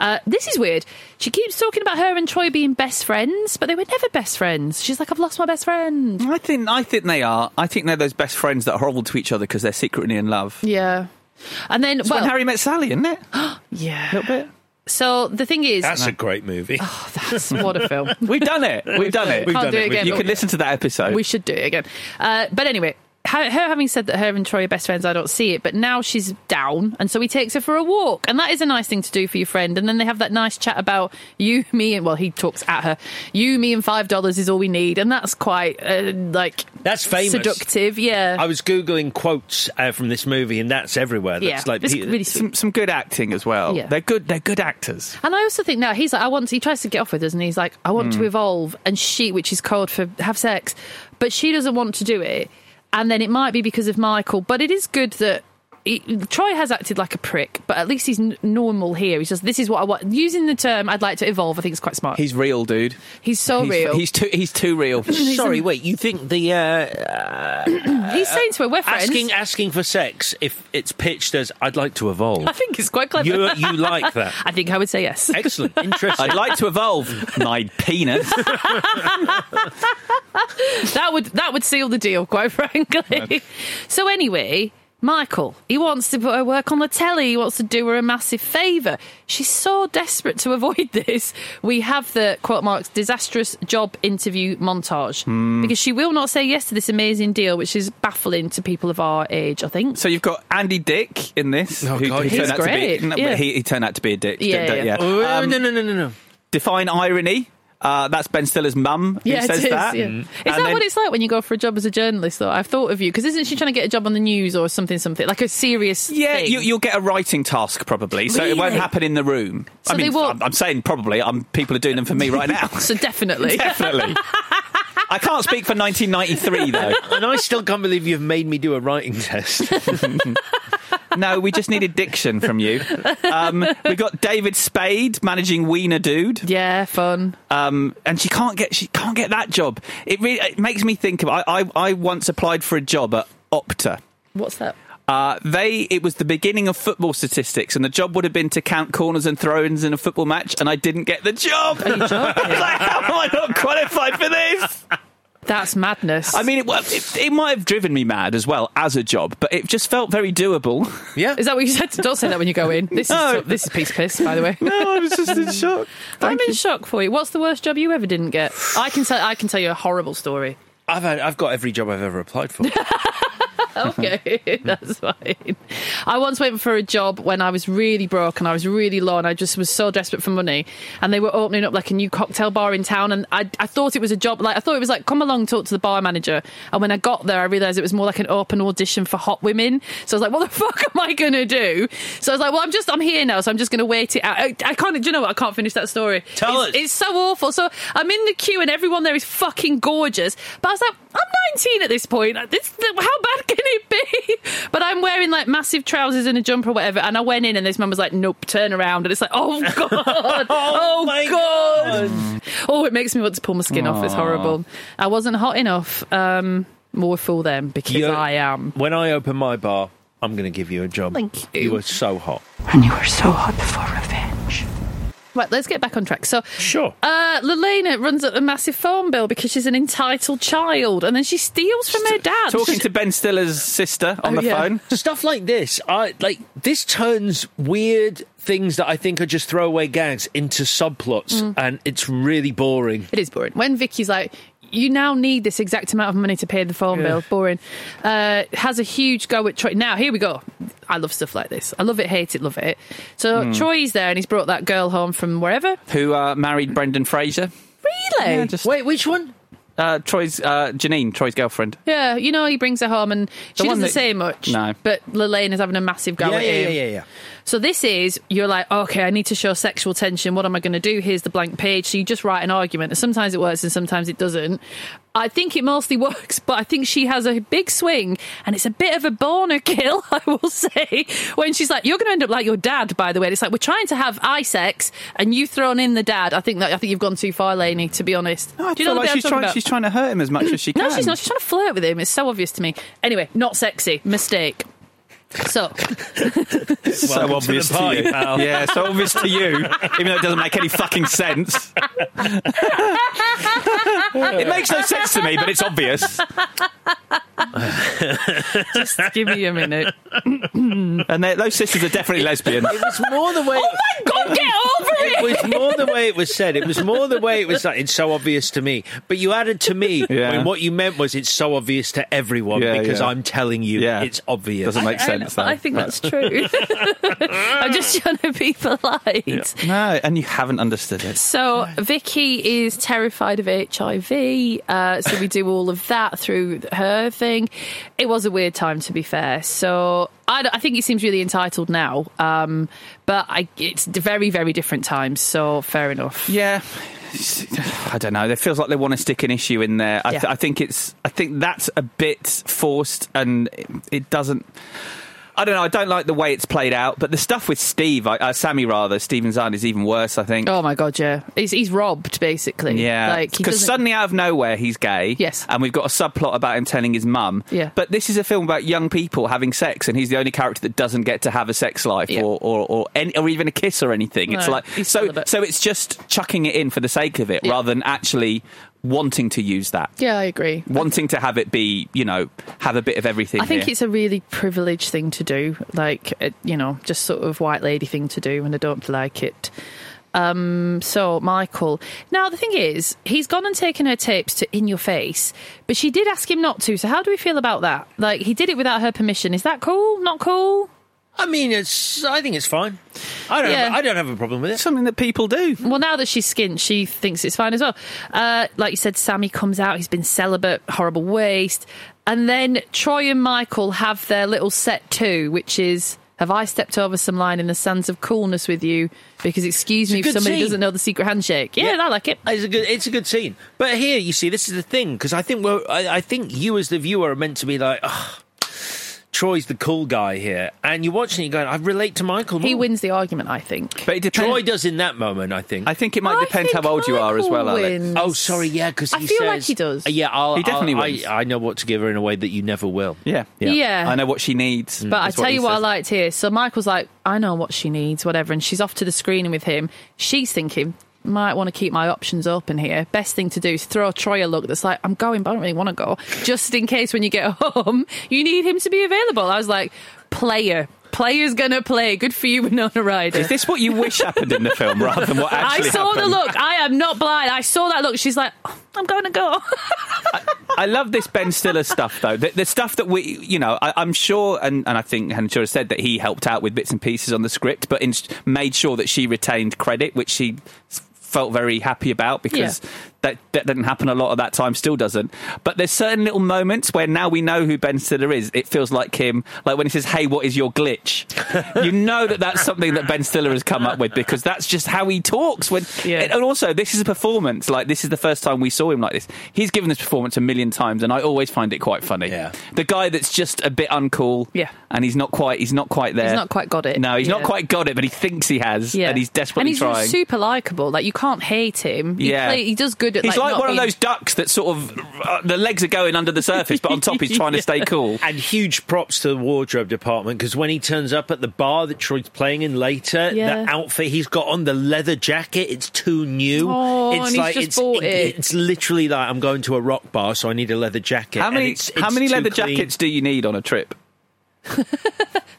Uh, this is weird. She keeps talking about her and Troy being best friends, but they were never best friends. She's like, I've lost my best friend. I think I think they are. I think they're those best friends that are horrible to each other because they're secretly in love. Yeah. And then, It's well, when Harry met Sally, isn't it? yeah. A little So the thing is, That's a great movie. Oh. That's what a film. bit. We've done it. We've done it. Can't done do it. it again. you but can listen to that episode. We should do it again. Uh, but anyway, her, her having said that her and Troy are best friends, I don't see it. But now she's down, and so he takes her for a walk, and that is a nice thing to do for your friend. And then they have that nice chat about you, me, and well, he talks at her. You, me, and five dollars is all we need, and that's quite uh, like That's famous. seductive. Yeah, I was googling quotes uh, from this movie, and that's everywhere. That's yeah, like it's pe- really sweet. some some good acting as well. Yeah. They're good. They're good actors. And I also think now he's like, I want. He tries to get off with us, and he's like, I Hmm. want to evolve, and she, which is code for have sex, but she doesn't want to do it. And then it might be because of Michael, but it is good that. He, Troy has acted like a prick, but at least he's n- normal here. He's just, this is what I want. Using the term, I'd like to evolve, I think it's quite smart. He's, He's real, dude. so he's, real. He's He's, too. He's too real. Sorry, wait. You think the uh, saying to her, we're friends. asking asking for sex if it's pitched as "I'd like to evolve"? I think it's quite clever. you you like that? I think I would say yes. Excellent, interesting. I'd like to evolve my penis. that would that would seal the deal, quite frankly. So anyway, Michael, he wants to put her work on the telly. He wants to do her a massive favour. She's so desperate to avoid this. We have the quote marks disastrous job interview montage Hmm. because she will not say yes to this amazing deal, which is baffling to people of our age, I think. So you've got Andy Dick in this. Oh, God. He's out great, To be, no, yeah. but he, he turned out to be a dick. Yeah, d- d- yeah. Oh, no, no, no, no. Define irony. Uh, that's Ben Stiller's mum who Yeah, it says is, that. Hmm. yeah. Is that what it's like when you go for a job as a journalist, though? I've thought of you because isn't she trying to get a job on the news or something, something like a serious? Yeah, thing? you, you'll get a writing task probably, so it won't Really? happen in the room. So I they mean, won't- I'm, I'm saying probably. I'm, people are doing them for me right now. so definitely, Definitely. I can't speak for 1993 though. And I still can't believe you've made me do a writing test. no, we just needed diction from you. Um, we got David Spade managing Wiener Dude. Yeah, fun. Um, and she can't get she can't get that job. It really it makes me think of I, I I once applied for a job at Opta. What's that? Uh, they it was the beginning of football statistics, and the job would have been to count corners and throw-ins in a football match, and I didn't get the job. I was like, how am I not qualified for this? That's madness. I mean, it, wa- it, it might have driven me mad as well as a job, but it just felt very doable. Yeah, is that what you said? Don't say that when you go in. This No. is this is piece of piss, by the way. No, I was just in shock. I'm in shock for you. What's the worst job you ever didn't get? I can tell. I can tell you a horrible story. I've had, I've got every job I've ever applied for. okay, that's fine. I once went for a job when I was really broke and I was really low and I just was so desperate for money. And they were opening up like a new cocktail bar in town, and I, I thought it was a job. Like I thought it was like come along, talk to the bar manager. And when I got there, I realised it was more like an open audition for hot women. So I was like, what the fuck am I gonna do? So I was like, well, I'm just I'm here now, so I'm just gonna wait it out. I, I can't. Do you know what? I can't finish that story. Tell it's, us. It's so awful. So I'm in the queue and everyone there is fucking gorgeous. But I was like, I'm 19 at this point. This, how bad can it be? But I'm wearing like massive trousers and a jumper or whatever. And I went in and this man was like, nope, turn around. And it's like, oh God. oh, my God. Oh, it makes me want to pull my skin off. It's Aw. horrible. I wasn't hot enough. Um, more fool them because You- I am. When I open my bar, I'm going to give you a job. Thank you. You are so hot. And you were so hot before revenge. Right, let's get back on track. So, sure. Uh, Lelena runs up a massive phone bill because she's an entitled child, and then she steals from her dad. Talking to Ben Stiller's sister on Oh, the yeah. phone. Stuff like this, I like this turns weird things that I think are just throwaway gags into subplots, Mm. and it's really boring. It is boring. When Vicky's like, you now need this exact amount of money to pay the phone Yeah. bill, boring. Uh, has a huge go at Troy. Now, here we go. I love stuff like this. I love it, hate it, love it. So Mm. Troy's there, and he's brought that girl home from wherever. who uh, married Brendan Fraser. Really? Yeah, Wait, which one? Uh, Troy's uh, Janine, Troy's girlfriend. Yeah, you know, he brings her home, and she The one doesn't that- say much. No. But Lelaine is having a massive go Yeah, at yeah, him. yeah, yeah, yeah. So this is you're like, okay, I need to show sexual tension. What am I going to do? Here's the blank page. So you just write an argument, and sometimes it works, and sometimes it doesn't. I think it mostly works, but I think she has a big swing, and it's a bit of a boner kill, I will say. When she's like, "You're going to end up like your dad," by the way, and it's like we're trying to have eye sex, and you thrown in the dad. I think that I think you've gone too far, Lainey. To be honest, I do you feel know the bit like I'm she's talking trying, about? she's trying to hurt him as much as she can. No, she's not. She's trying to flirt with him. It's so obvious to me. Anyway, not sexy. Mistake. so So, Welcome to obvious the to, party, you. pal. Oh, Yeah, so obvious to you, even though it doesn't make any fucking sense. it makes no sense to me, but it's obvious. Just give me a minute. and they- those sisters are definitely lesbian. It was more the way. Oh my god, get over it! It was more the way it was said. It was more the way it was like, it's so obvious to me. But you added to me Yeah. when what you meant was it's so obvious to everyone Yeah, because yeah. I'm telling you Yeah. it's obvious. Doesn't make I- sense, I, though. I think that's true. I'm just trying to be polite. Yeah. No, and you haven't understood it. So Vicky is terrified of HIV. Uh, so we do all of that through her thing. It was a weird time, to be fair. So I, don't- I think it seems really entitled now, um, but I, it's very, very different times. So fair enough. Yeah. I don't know. It feels like they want to stick an issue in there. I, th- Yeah. I think it's. I think that's a bit forced, and it, it doesn't. I don't know. I don't like the way it's played out. But the stuff with Steve, I, uh, Sammy rather, Steven Zahn is even worse. I think. Oh my god, yeah. He's, he's robbed basically. Yeah, like he because doesn't- suddenly out of nowhere he's gay. Yes. and we've got a subplot about him telling his mum. Yeah. but this is a film about young people having sex, and he's the only character that doesn't get to have a sex life Yeah. or or or, any, or even a kiss or anything. It's No, like he's so celibate. so it's just chucking it in for the sake of it, Yeah. rather than actually wanting to use that, Yeah, I agree. wanting to have it be, you know, have a bit of everything. I think here. it's a really privileged thing to do, like uh, you know, just sort of white lady thing to do, and I don't like it. Um, so Michael. Now the thing is, he's gone and taken her tapes to In Your Face, but she did ask him not to. So how do we feel about that? Like he did it without her permission. Is that cool? Not cool? I mean, it's. I think it's fine. I don't. Yeah. Have, I don't have a problem with it. something that people do. Well, now that she's skint, she thinks it's fine as well. Uh, like you said, Sammy comes out. He's been celibate, horrible waste. And then Troy and Michael have their little set two, which is Have I stepped over some line in the sands of coolness with you? Because excuse a me if good somebody scene. doesn't know the secret handshake. Yeah, I like it. It's a good. It's a good scene. But here, you see, this is the thing because I think we're. I, I think you as the viewer are meant to be like, oh, Troy's the cool guy here, and you're watching. it going, I relate to Michael. He more." wins the argument, I think. But it depends. Troy does in that moment. I think. I think it might I depend how think old you are as well, Michael Alex. wins. Oh, sorry, yeah, because I he feel like says- he does. Uh, Yeah, I'll, He definitely I'll- wins. I, I know what to give her in a way that you never will. Yeah. Yeah. I know what she needs. But I is tell he you what I says. liked here. So Michael's like, I know what she needs, whatever. And she's off to the screening with him. She's thinking, might want to keep my options open here. Best thing to do is throw Troy a look that's like, I'm going, but I don't really want to go. Just in case when you get home, you need him to be available. I was like, player. Player's going to play. Good for you, Winona Ryder. Is this what you wish happened in the film rather than what I actually saw the happened? look. I am not blind. I saw that look. She's like, "Oh, I'm going to go. I love this Ben Stiller stuff, though. The, the stuff that we, you know, I, I'm sure, and, and I think Hannah Shore said that he helped out with bits and pieces on the script, but in, made sure that she retained credit, which she s- felt very happy about because Yeah. that, that didn't happen a lot at that time, still doesn't. But there's certain little moments where now we know who Ben Stiller is. It feels like him, like when he says, Hey, what is your glitch? you know that that's something that Ben Stiller has come up with because that's just how he talks. When Yeah. and and also, this is a performance. Like, this is the first time we saw him like this. He's given this performance a million times, and I always find it quite funny. Yeah. The guy that's just a bit uncool. Yeah. And he's not quite. He's not quite there. He's not quite got it. No, he's not Yeah. quite got it, but he thinks he has. And he's desperately And he's trying. super likable. Like, you can't hate him. He yeah, play- he does good at He's like, not one of being- those ducks that sort of uh, the legs are going under the surface, but on top he's trying to stay cool. And huge props to the wardrobe department because when he turns up at the bar that Troy's playing in later, Yeah. the outfit he's got on, the leather jacket, it's too new. Oh, it's and he's like just it's, bought it. it's literally like I'm going to a rock bar, so I need a leather jacket. How and many it's- how it's many too leather clean. jackets do you need on a trip?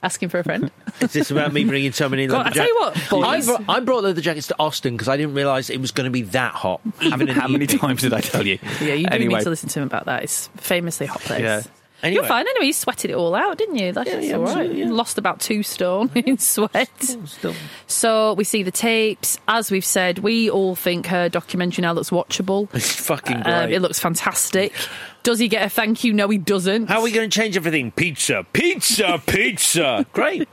Asking for a friend. Is this about me bringing so many God, leather I tell jackets? you what, I boys. brought, I brought leather jackets to Austin because I didn't realise it was going to be that hot. How many, even in how the many evening. times did I tell you? Yeah, you do anyway, need to listen to him about that. It's famously a hot place. Yeah. Anyway. You're fine anyway. You sweated it all out, didn't you? That's Yeah, it's yeah, all right. absolutely, yeah. Lost about two stone in sweat. Still- So we see the tapes. As we've said, we all think her documentary now looks watchable. It's fucking great. Um, it looks fantastic. Does he get a thank you? No, he doesn't. How are we going to change everything? Pizza, pizza, pizza. Great.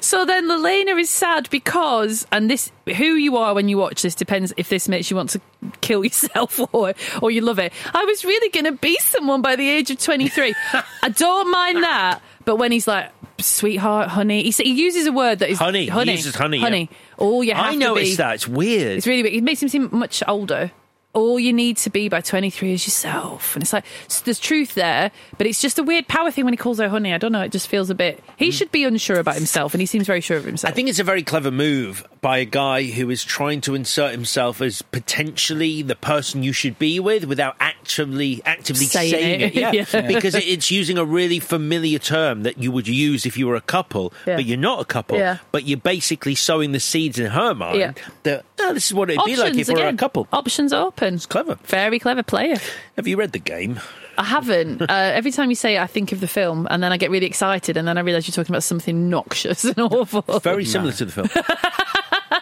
So then Lelena is sad because, and this, who you are when you watch this depends if this makes you want to kill yourself or, or you love it. I was really going to be someone by the age of 23. I don't mind that. But when he's like, sweetheart, honey, he, s- he uses a word that is Honey. He honey, uses honey, yeah. honey. Oh, you have I to noticed be- that. It's weird. It's really big. It makes him seem much older. All you need to be by 23 is yourself. And it's like, s there's truth there, but it's just a weird power thing when he calls her honey. I don't know. It just feels a bit. He should be unsure about himself, and he seems very sure of himself. Mm. I think it's a very clever move by a guy who is trying to insert himself as potentially the person you should be with without actually actively Saying saying, it. it. Yeah. Yeah. because it, it's using a really familiar term that you would use if you were a couple, Yeah. but you're not a couple. Yeah. But you're basically sowing the seeds in her mind Yeah. that oh, this is what it'd be like if we were a couple. Options are open. It's clever. Very clever player. Have you read the game? I haven't. Uh, every time you say it, I think of the film, and then I get really excited, and then I realise you're talking about something noxious and awful. Very similar to the film.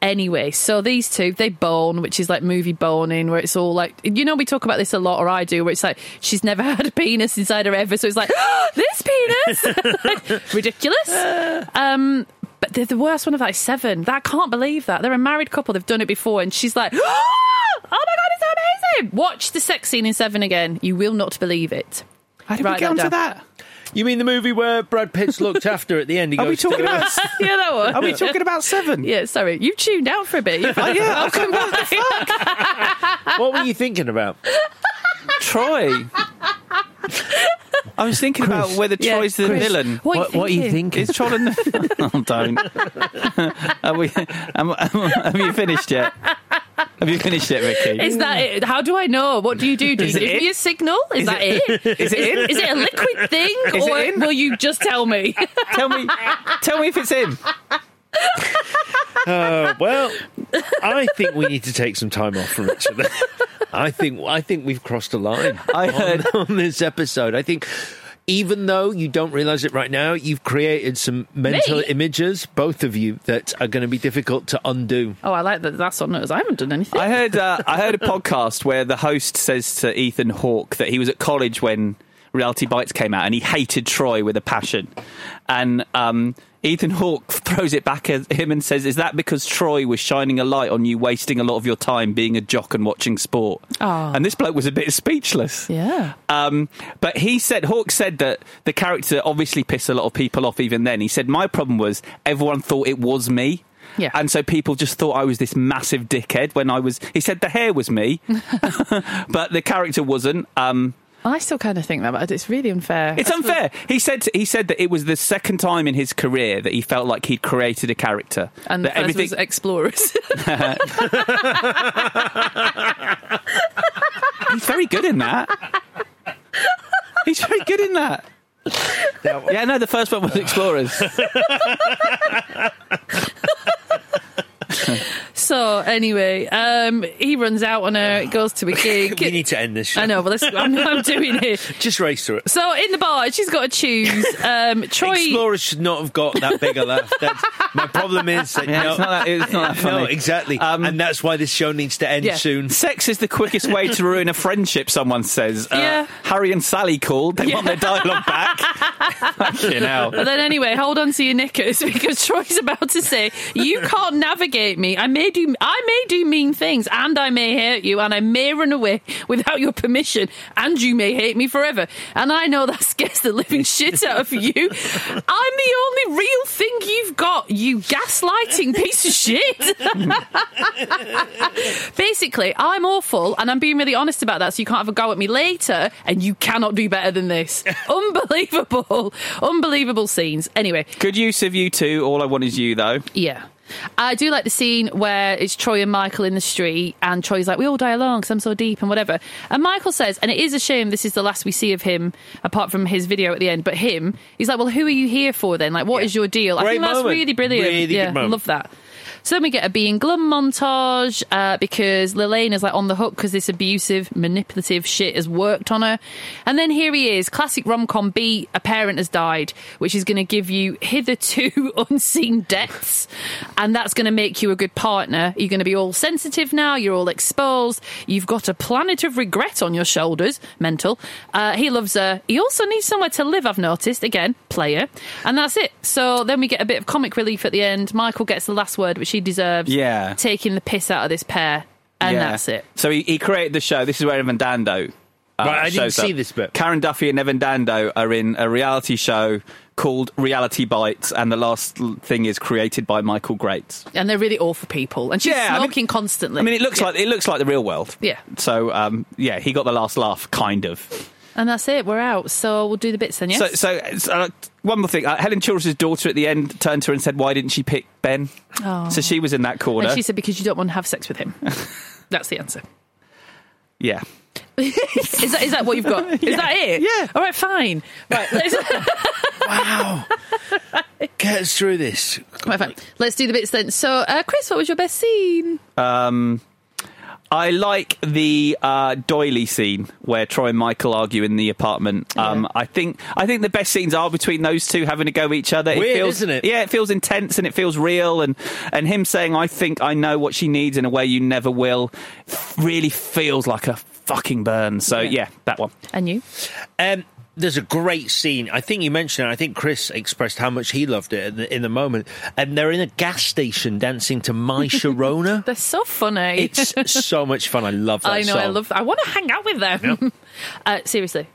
Anyway, so these two, they bone, which is like movie boning, where it's all like, you know, we talk about this a lot, or I do, where it's like, she's never had a penis inside her ever. So it's like, this penis! Ridiculous. Um, but the, the worst one of that is Seven. That, I can't believe that. They're a married couple, they've done it before, and she's like, oh my God, it's amazing! Watch the sex scene in Seven again. You will not believe it. How did Write we get that onto down. that? you mean the movie where Brad Pitt's looked after at the end? He Are goes, we talking about? yeah, that one. Are we talking about seven? Yeah, sorry. You tuned out for a bit. You've- Oh, yeah. Welcome back. What were you thinking about? Troy. I was thinking about whether Yeah, Troy's the Chris, villain. What, are you thinking? Is Troy in the? oh, don't. Are we? Am, am- have you finished yet? Have you finished it, Ricky? Is that it? How do I know? What do you do? Do you Mm. Is it give it? me a signal? Is, that it? Is it in? Is it a liquid thing? Is it or in? will you just tell me? tell me tell me if it's in. Uh, well, I think we need to take some time off from each other. I think I think we've crossed a line. I heard on, on this episode. I think. Even though you don't realize it right now, you've created some mental Me? images, both of you, that are going to be difficult to undo. Oh, I like that. That's on us. I haven't done anything. I heard uh, I heard a podcast where the host says to Ethan Hawke that he was at college when Reality Bites came out and he hated Troy with a passion, and um, Ethan Hawke throws it back at him and says, "Is that because Troy was shining a light on you, wasting a lot of your time being a jock and watching sport?" Oh. And this bloke was a bit speechless. Yeah. Um, but he said, Hawke said that the character obviously pissed a lot of people off even then. He said, My problem was everyone thought it was me. Yeah. And so people just thought I was this massive dickhead when I was. He said the hair was me, but the character wasn't. Um, I still kind of think that, but it's really unfair. it's I suppose- unfair. He said he said that it was the second time in his career that he felt like he'd created a character. And the that first was Explorers. He's very good in that. He's very good in that. Yeah, no, the first one was Explorers. so anyway, um, he runs out on her. It goes to a gig. We need to end this show. I know, but this, I'm, I'm doing it. Just race through it. So in the bar, she's got to choose. Um, Troy. Explorers should not have got that big a laugh. That's, my problem is that Yeah, no, it's not that- it's not that no, funny. exactly, and that's why this show needs to end Um, Yeah. soon. Sex is the quickest way to ruin a friendship, someone says. Uh, Yeah. Harry and Sally called. They want their dialogue back. Fucking hell. But then anyway, hold on to your knickers because Troy's about to say, "You can't navigate me. I may do, I may do mean things, and I may hurt you, and I may run away without your permission, and you may hate me forever. And I know that scares the living shit out of you. I'm the only real thing you've got. You gaslighting piece of shit. Basically, I'm awful, and I'm being really honest about that. So you can't have a go at me later, and you cannot do better than this. Unbelievable, unbelievable scenes. Anyway, Good use of you two. All I want is you, though. yeah. I do like the scene where it's Troy and Michael in the street, and Troy's like, We all die alone because I'm so deep and whatever. And Michael says, and it is a shame this is the last we see of him, apart from his video at the end, but him, he's like, Well, who are you here for then? Like, what is your deal? I Great think that's moment. really brilliant. Really good yeah, moment. love that. So then we get a being glum montage uh, because Lilena's like on the hook because this abusive, manipulative shit has worked on her. And then here he is, classic rom com beat. A parent has died, which is going to give you hitherto unseen depths, and that's going to make you a good partner. You're going to be all sensitive now. You're all exposed. You've got a planet of regret on your shoulders. Mental. Uh, he loves her. He also needs somewhere to live. I've noticed again, player, and that's it. So then we get a bit of comic relief at the end. Michael gets the last word, which he deserves. Yeah. taking the piss out of this pair, and Yeah. that's it. So he, he created the show. This is where Evan Dando. Uh, Right, I didn't shows see up. this bit. Karen Duffy and Evan Dando are in a reality show called Reality Bites, and the last l- thing is created by Michael Greats. And they're really awful people, and she's Yeah, I mean- smoking constantly. I mean, it looks like it looks like the real world. Yeah. So, um, yeah, he got the last laugh, kind of. and that's it. We're out. So we'll do the bits then. Yes. So, so, so uh, one more thing. Uh, Helen Childress's daughter at the end turned to her and said, "Why didn't she pick Ben?" Oh. So she was in that corner. And she said, because you don't want to have sex with him. That's the answer. yeah. is that is that what you've got? Is that it? Yeah. All right, fine. Right, let's, Get us through this. right, fine. Let's do the bits then. So, uh, Chris, what was your best scene? Um, I like the uh, doily scene where Troy and Michael argue in the apartment. Um, I think I think the best scenes are between those two having to go at each other. Weird, feels, isn't it? Yeah, it feels intense and it feels real. And and him saying, "I think I know what she needs in a way you never will," really feels like a fucking burn. So Yeah. yeah that one. And you? Um, there's a great scene. I think you mentioned it. I think Chris expressed how much he loved it in the, in the moment. And they're in a gas station dancing to My Sharona. They're so funny. It's so much fun. I love that I know. I song. love. I want to hang out with them. uh, seriously.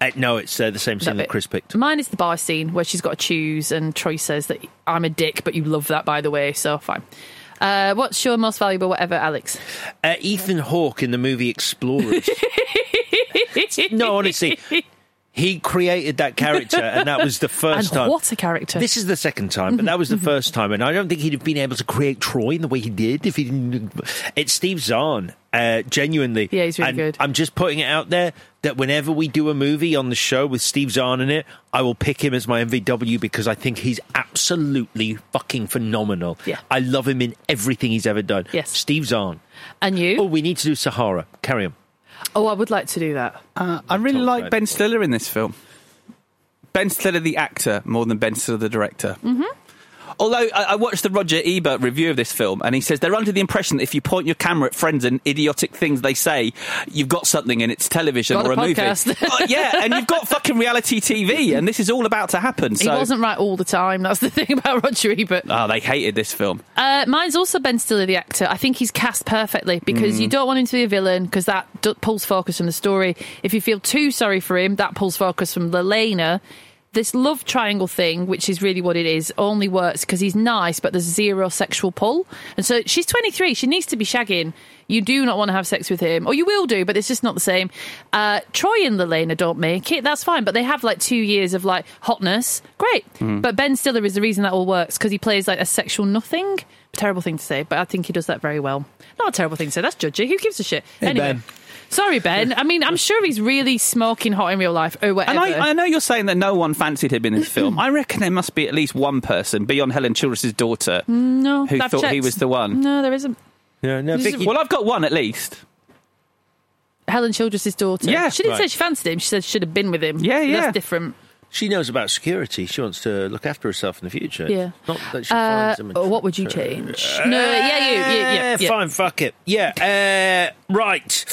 Uh, no, it's uh, the same that scene that bit. Chris picked. Mine is the bar scene where she's got to choose, and Troy says that I'm a dick, but you love that, by the way. So fine. Uh, what's your most valuable whatever, Alex? Uh, Ethan Hawke in the movie Explorers. no, honestly, He created that character, and that was the first And time. what a character. This is the second time, but that was the Mm-hmm. first time, and I don't think he'd have been able to create Troy in the way he did if he didn't. It's Steve Zahn, uh, genuinely. Yeah, he's really And good. I'm just putting it out there that whenever we do a movie on the show with Steve Zahn in it, I will pick him as my MVW because I think he's absolutely fucking phenomenal. Yeah. I love him in everything he's ever done. Yes. Steve Zahn. And you? Oh, we need to do Sahara. Carry on. Oh, I would like to do that. Uh, I really Talk like about Ben Stiller in this film. Ben Stiller, the actor, more than Ben Stiller, the director. Mm-hmm. Although I, I watched the Roger Ebert review of this film, and he says they're under the impression that if you point your camera at friends and idiotic things they say, you've got something, and it's television Got or a a, movie. podcast. Oh, yeah, and you've got fucking reality TV, and this is all about to happen. He So, wasn't right all the time. That's the thing about Roger Ebert. oh, they hated this film. Uh, mine's also Ben Stiller, the actor. I think he's cast perfectly because you don't want him to be a villain because that d- pulls focus from the story. If you feel too sorry for him, that pulls focus from Lelena. This love triangle thing, which is really what it is, only works because he's nice, but there's zero sexual pull. And so she's 23. She needs to be shagging. You do not want to have sex with him, or you will do, but it's just not the same. Uh, Troy and Lelena don't make it. That's fine, but they have like two years of like hotness. Great. Hmm. But Ben Stiller is the reason that all works because he plays like a sexual nothing. Terrible thing to say, but I think he does that very well. Not a terrible thing to say. That's judgy. Who gives a shit? Hey, anyway. Ben. Sorry, Ben. I mean, I'm sure he's really smoking hot in real life or whatever. And I, I know you're saying that no one fancied him in this film. I reckon there must be at least one person beyond Helen Childress's daughter no, who I've thought he checked. was the one. No, there isn't. Yeah, no, This is- Vicky. Well, I've got one at least. Helen Childress's daughter. Yeah. she didn't say Right. she fancied him. She said she should have been with him. Yeah, yeah. That's different. She knows about security. She wants to look after herself in the future. Yeah. Not that she Uh, finds them. what would you change? No, yeah, you, yeah, yeah, yeah. Eh, Fine, fuck it. Yeah. Uh, right.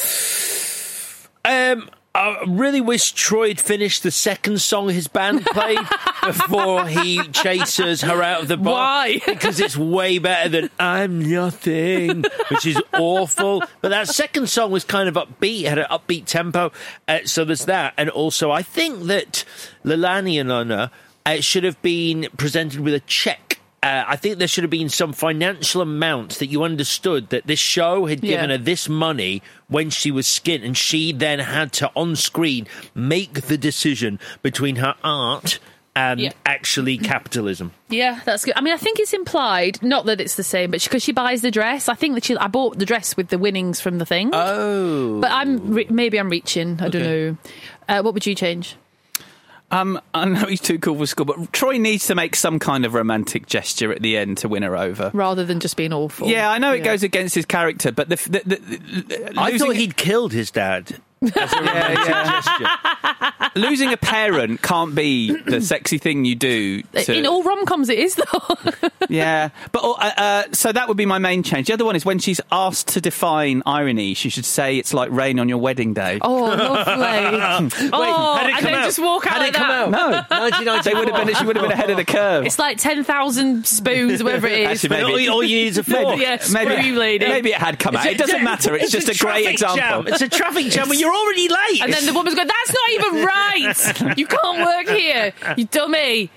Um, I really wish Troy had finished the second song his band played before he chases her out of the bar. Why? Because it's way better than I'm Nothing, which is awful. But that second song was kind of upbeat, had an upbeat tempo. Uh, so there's that. And also, I think that Lilani and Anna uh, should have been presented with a check. Uh, I think there should have been some financial amount that you understood that this show had given Yeah. her this money when she was skint, and she then had to on screen make the decision between her art and Yeah. actually capitalism. Yeah, that's good. I mean, I think it's implied, not that it's the same, but because she, buys the dress, I think that she. I bought the dress with the winnings from the thing. Oh, but I'm re- maybe I'm reaching. I don't know. Uh, what would you change? Um, I know he's too cool for school, but Troy needs to make some kind of romantic gesture at the end to win her over. rather than just being awful. Yeah, I know it goes against his character, but the, f- the, the, the I losing, thought he'd killed his dad. losing a parent can't be the sexy thing you do. To, Uh, In all rom coms, it is though. yeah, but uh, uh, so that would be my main change. The other one is when she's asked to define irony, she should say it's like rain on your wedding day. oh, lovely. oh, had it and come then out? just walk out Had like it come that. out? No, they would have been. She would have been ahead of the curve. It's like ten thousand spoons, whatever it is. Actually, maybe- All, you- all you need is a fork. Yeah, screw you, lady. maybe it had come out. It doesn't matter. It's, just a, great traffic example. Jam. It's a traffic jam when you're already late. And then the woman's going, that's not even right. You can't work here, you dummy.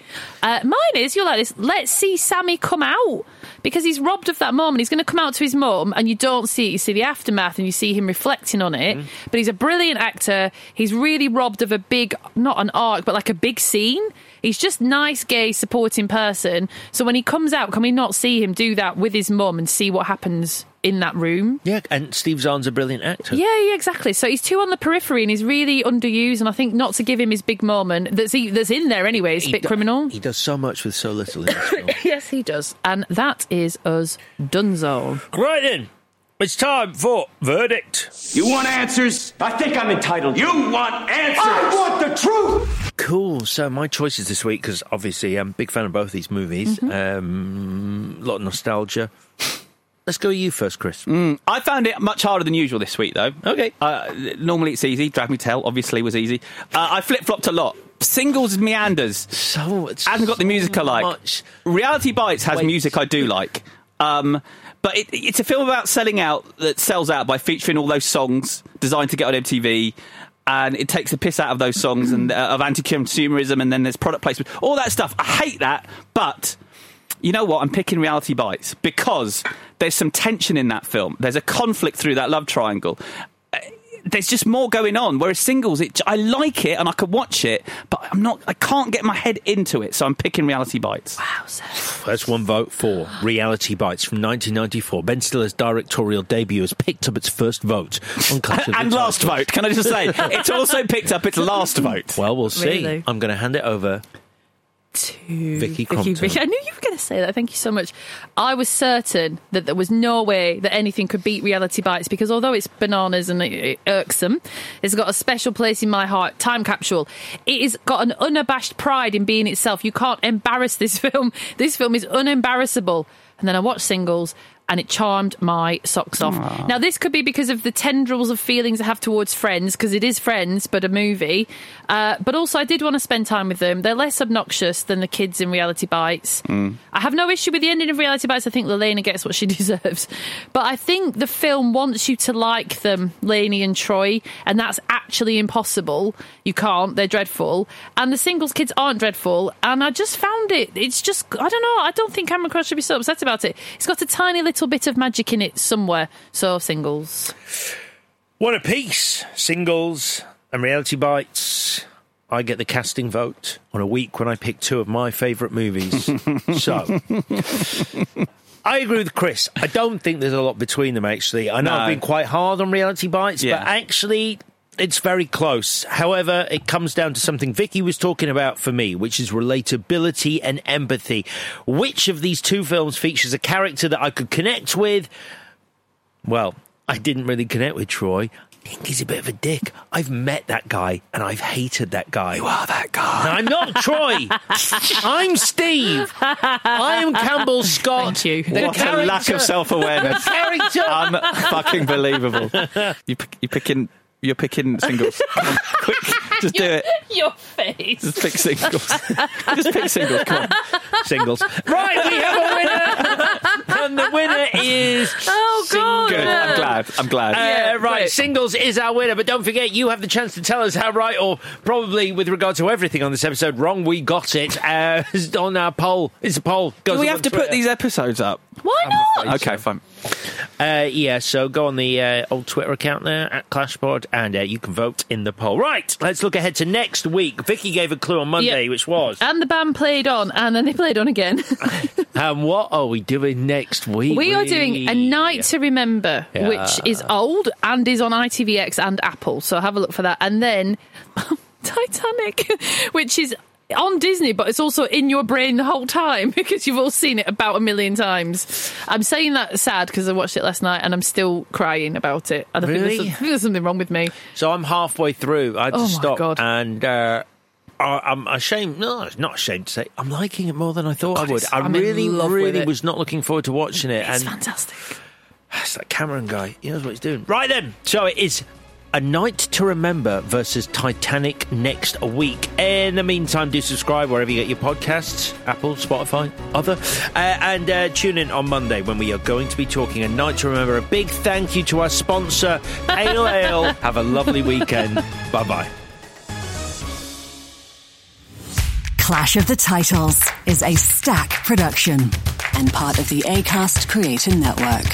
Uh, mine is, you're like this, let's see Sammy come out. Because he's robbed of that moment. He's going to come out to his mum, and you don't see it. You see the aftermath, and you see him reflecting on it. But he's a brilliant actor. He's really robbed of a big, not an arc, but like a big scene. He's just nice, gay, supporting person. So when he comes out, can we not see him do that with his mum and see what happens in that room? yeah, and Steve Zahn's a brilliant actor. Yeah, yeah, exactly. So he's too on the periphery and he's really underused. And I think not to give him his big moment that's he, that's in there anyway is a He bit do- criminal. He does so much with so little in this film. yes, he does. And that is us Dunzo. right then, it's time for verdict. You want answers? I think I'm entitled. You want answers? I want the truth! Cool. So my choices this week, because obviously I'm a big fan of both these movies. Mm-hmm. Um, a lot of nostalgia. Let's go you first, Chris. I found it much harder than usual this week, though. Okay. Uh, normally it's easy. Drag Me to Hell obviously was easy. Uh, I flip flopped a lot. Singles meanders. So it's Hasn't got the music I like. Much. Reality Bites has Wait. music I do like. Um, but it, it's a film about selling out that sells out by featuring all those songs designed to get on MTV. And it takes the piss out of those songs and uh, of anti-consumerism, and then there's product placement, all that stuff. I hate that, but you know what? I'm picking Reality Bites because there's some tension in that film. There's a conflict through that love triangle. Uh, there's just more going on. Whereas singles, it, I like it and I can watch it, but I'm not. I can't get my head into it, so I'm picking Reality Bites. Wow, That's one vote for Reality Bites from 1994. Ben Stiller's directorial debut has picked up its first vote on Clash of the and last Titans. vote. Can I just say it's also picked up its last vote? Well, we'll see. Really? I'm going to hand it over. to Vicky Crompton. Vicky. I knew you were going to say that. Thank you so much. I was certain that there was no way that anything could beat Reality Bites because although it's bananas and it, it irksome, it's got a special place in my heart. Time capsule. It has got an unabashed pride in being itself. You can't embarrass this film. This film is unembarrassable. And then I watched singles. And it charmed my socks off. Now, this could be because of the tendrils of feelings I have towards Friends, because it is Friends, but a movie. Uh, but also, I did want to spend time with them. They're less obnoxious than the kids in Reality Bites. I have no issue with the ending of Reality Bites. I think Lelena gets what she deserves. But I think the film wants you to like them, Laney and Troy, and that's actually impossible. You can't. They're dreadful. And the singles kids aren't dreadful. And I just found it. It's just, I don't know. I don't think Cameron Crowe should be so upset about it. It's got a tiny little bit of magic in it somewhere. So, singles. What a piece! Singles and reality bites. I get the casting vote on a week when I pick two of my favourite movies. so, I agree with Chris. I don't think there's a lot between them, actually. I know No. I've been quite hard on reality bites, Yeah. but actually, it's very close. However, it comes down to something Vicky was talking about for me, which is relatability and empathy. Which of these two films features a character that I could connect with? Well, I didn't really connect with Troy. I think he's a bit of a dick. I've met that guy and I've hated that guy. You are that guy. I'm not Troy. I'm Steve. I am Campbell Scott. Thank you. The What a lack character- of self awareness. the character. Unfucking believable. You, pick- you're picking. You're picking singles. Come on, quick, just do it. Your face. Just pick singles. just pick singles. Come on. Singles. Right, we have a winner. and the winner is. Oh, God. Good. I'm glad. I'm glad. Uh, Yeah, right, great. singles is our winner, but don't forget you have the chance to tell us how right or probably with regard to everything on this episode wrong we got it uh, on our poll. It's a poll. Goes Do we up have on to put Twitter. these episodes up? Why not? Okay, fine. Uh, yeah, so go on the uh, old Twitter account there at Clashboard, and uh, you can vote in the poll. Right, let's look ahead to next week. Vicky gave a clue on Monday, Yeah. Uh, which was And the band played on, and then they played on again. and what are we doing next week? we are doing A Night to Remember, Yeah. which is old and is on ITVX and Apple. So have a look for that. And then Titanic, which is on Disney, but it's also in your brain the whole time because you've all seen it about a million times. I'm saying that sad because I watched it last night and I'm still crying about it. And I, Really? think, there's, I think there's something wrong with me. So I'm halfway through. I had Oh to my stop, God. and uh, I, I'm ashamed. No, it's not ashamed to say I'm liking it more than I thought God, I would. it's- I I'm in really, love with really it. was not looking forward to watching it. It's and fantastic. It's that Cameron guy. He knows what he's doing. Right then. So it is A Night to Remember versus Titanic next week. In the meantime, do subscribe wherever you get your podcasts Apple, Spotify, other. Uh, and uh, tune in on Monday when we are going to be talking A Night to Remember. A big thank you to our sponsor, Pale Ale. Have a lovely weekend. Bye bye. Clash of the Titles is a stack production and part of the ACAST Creator Network.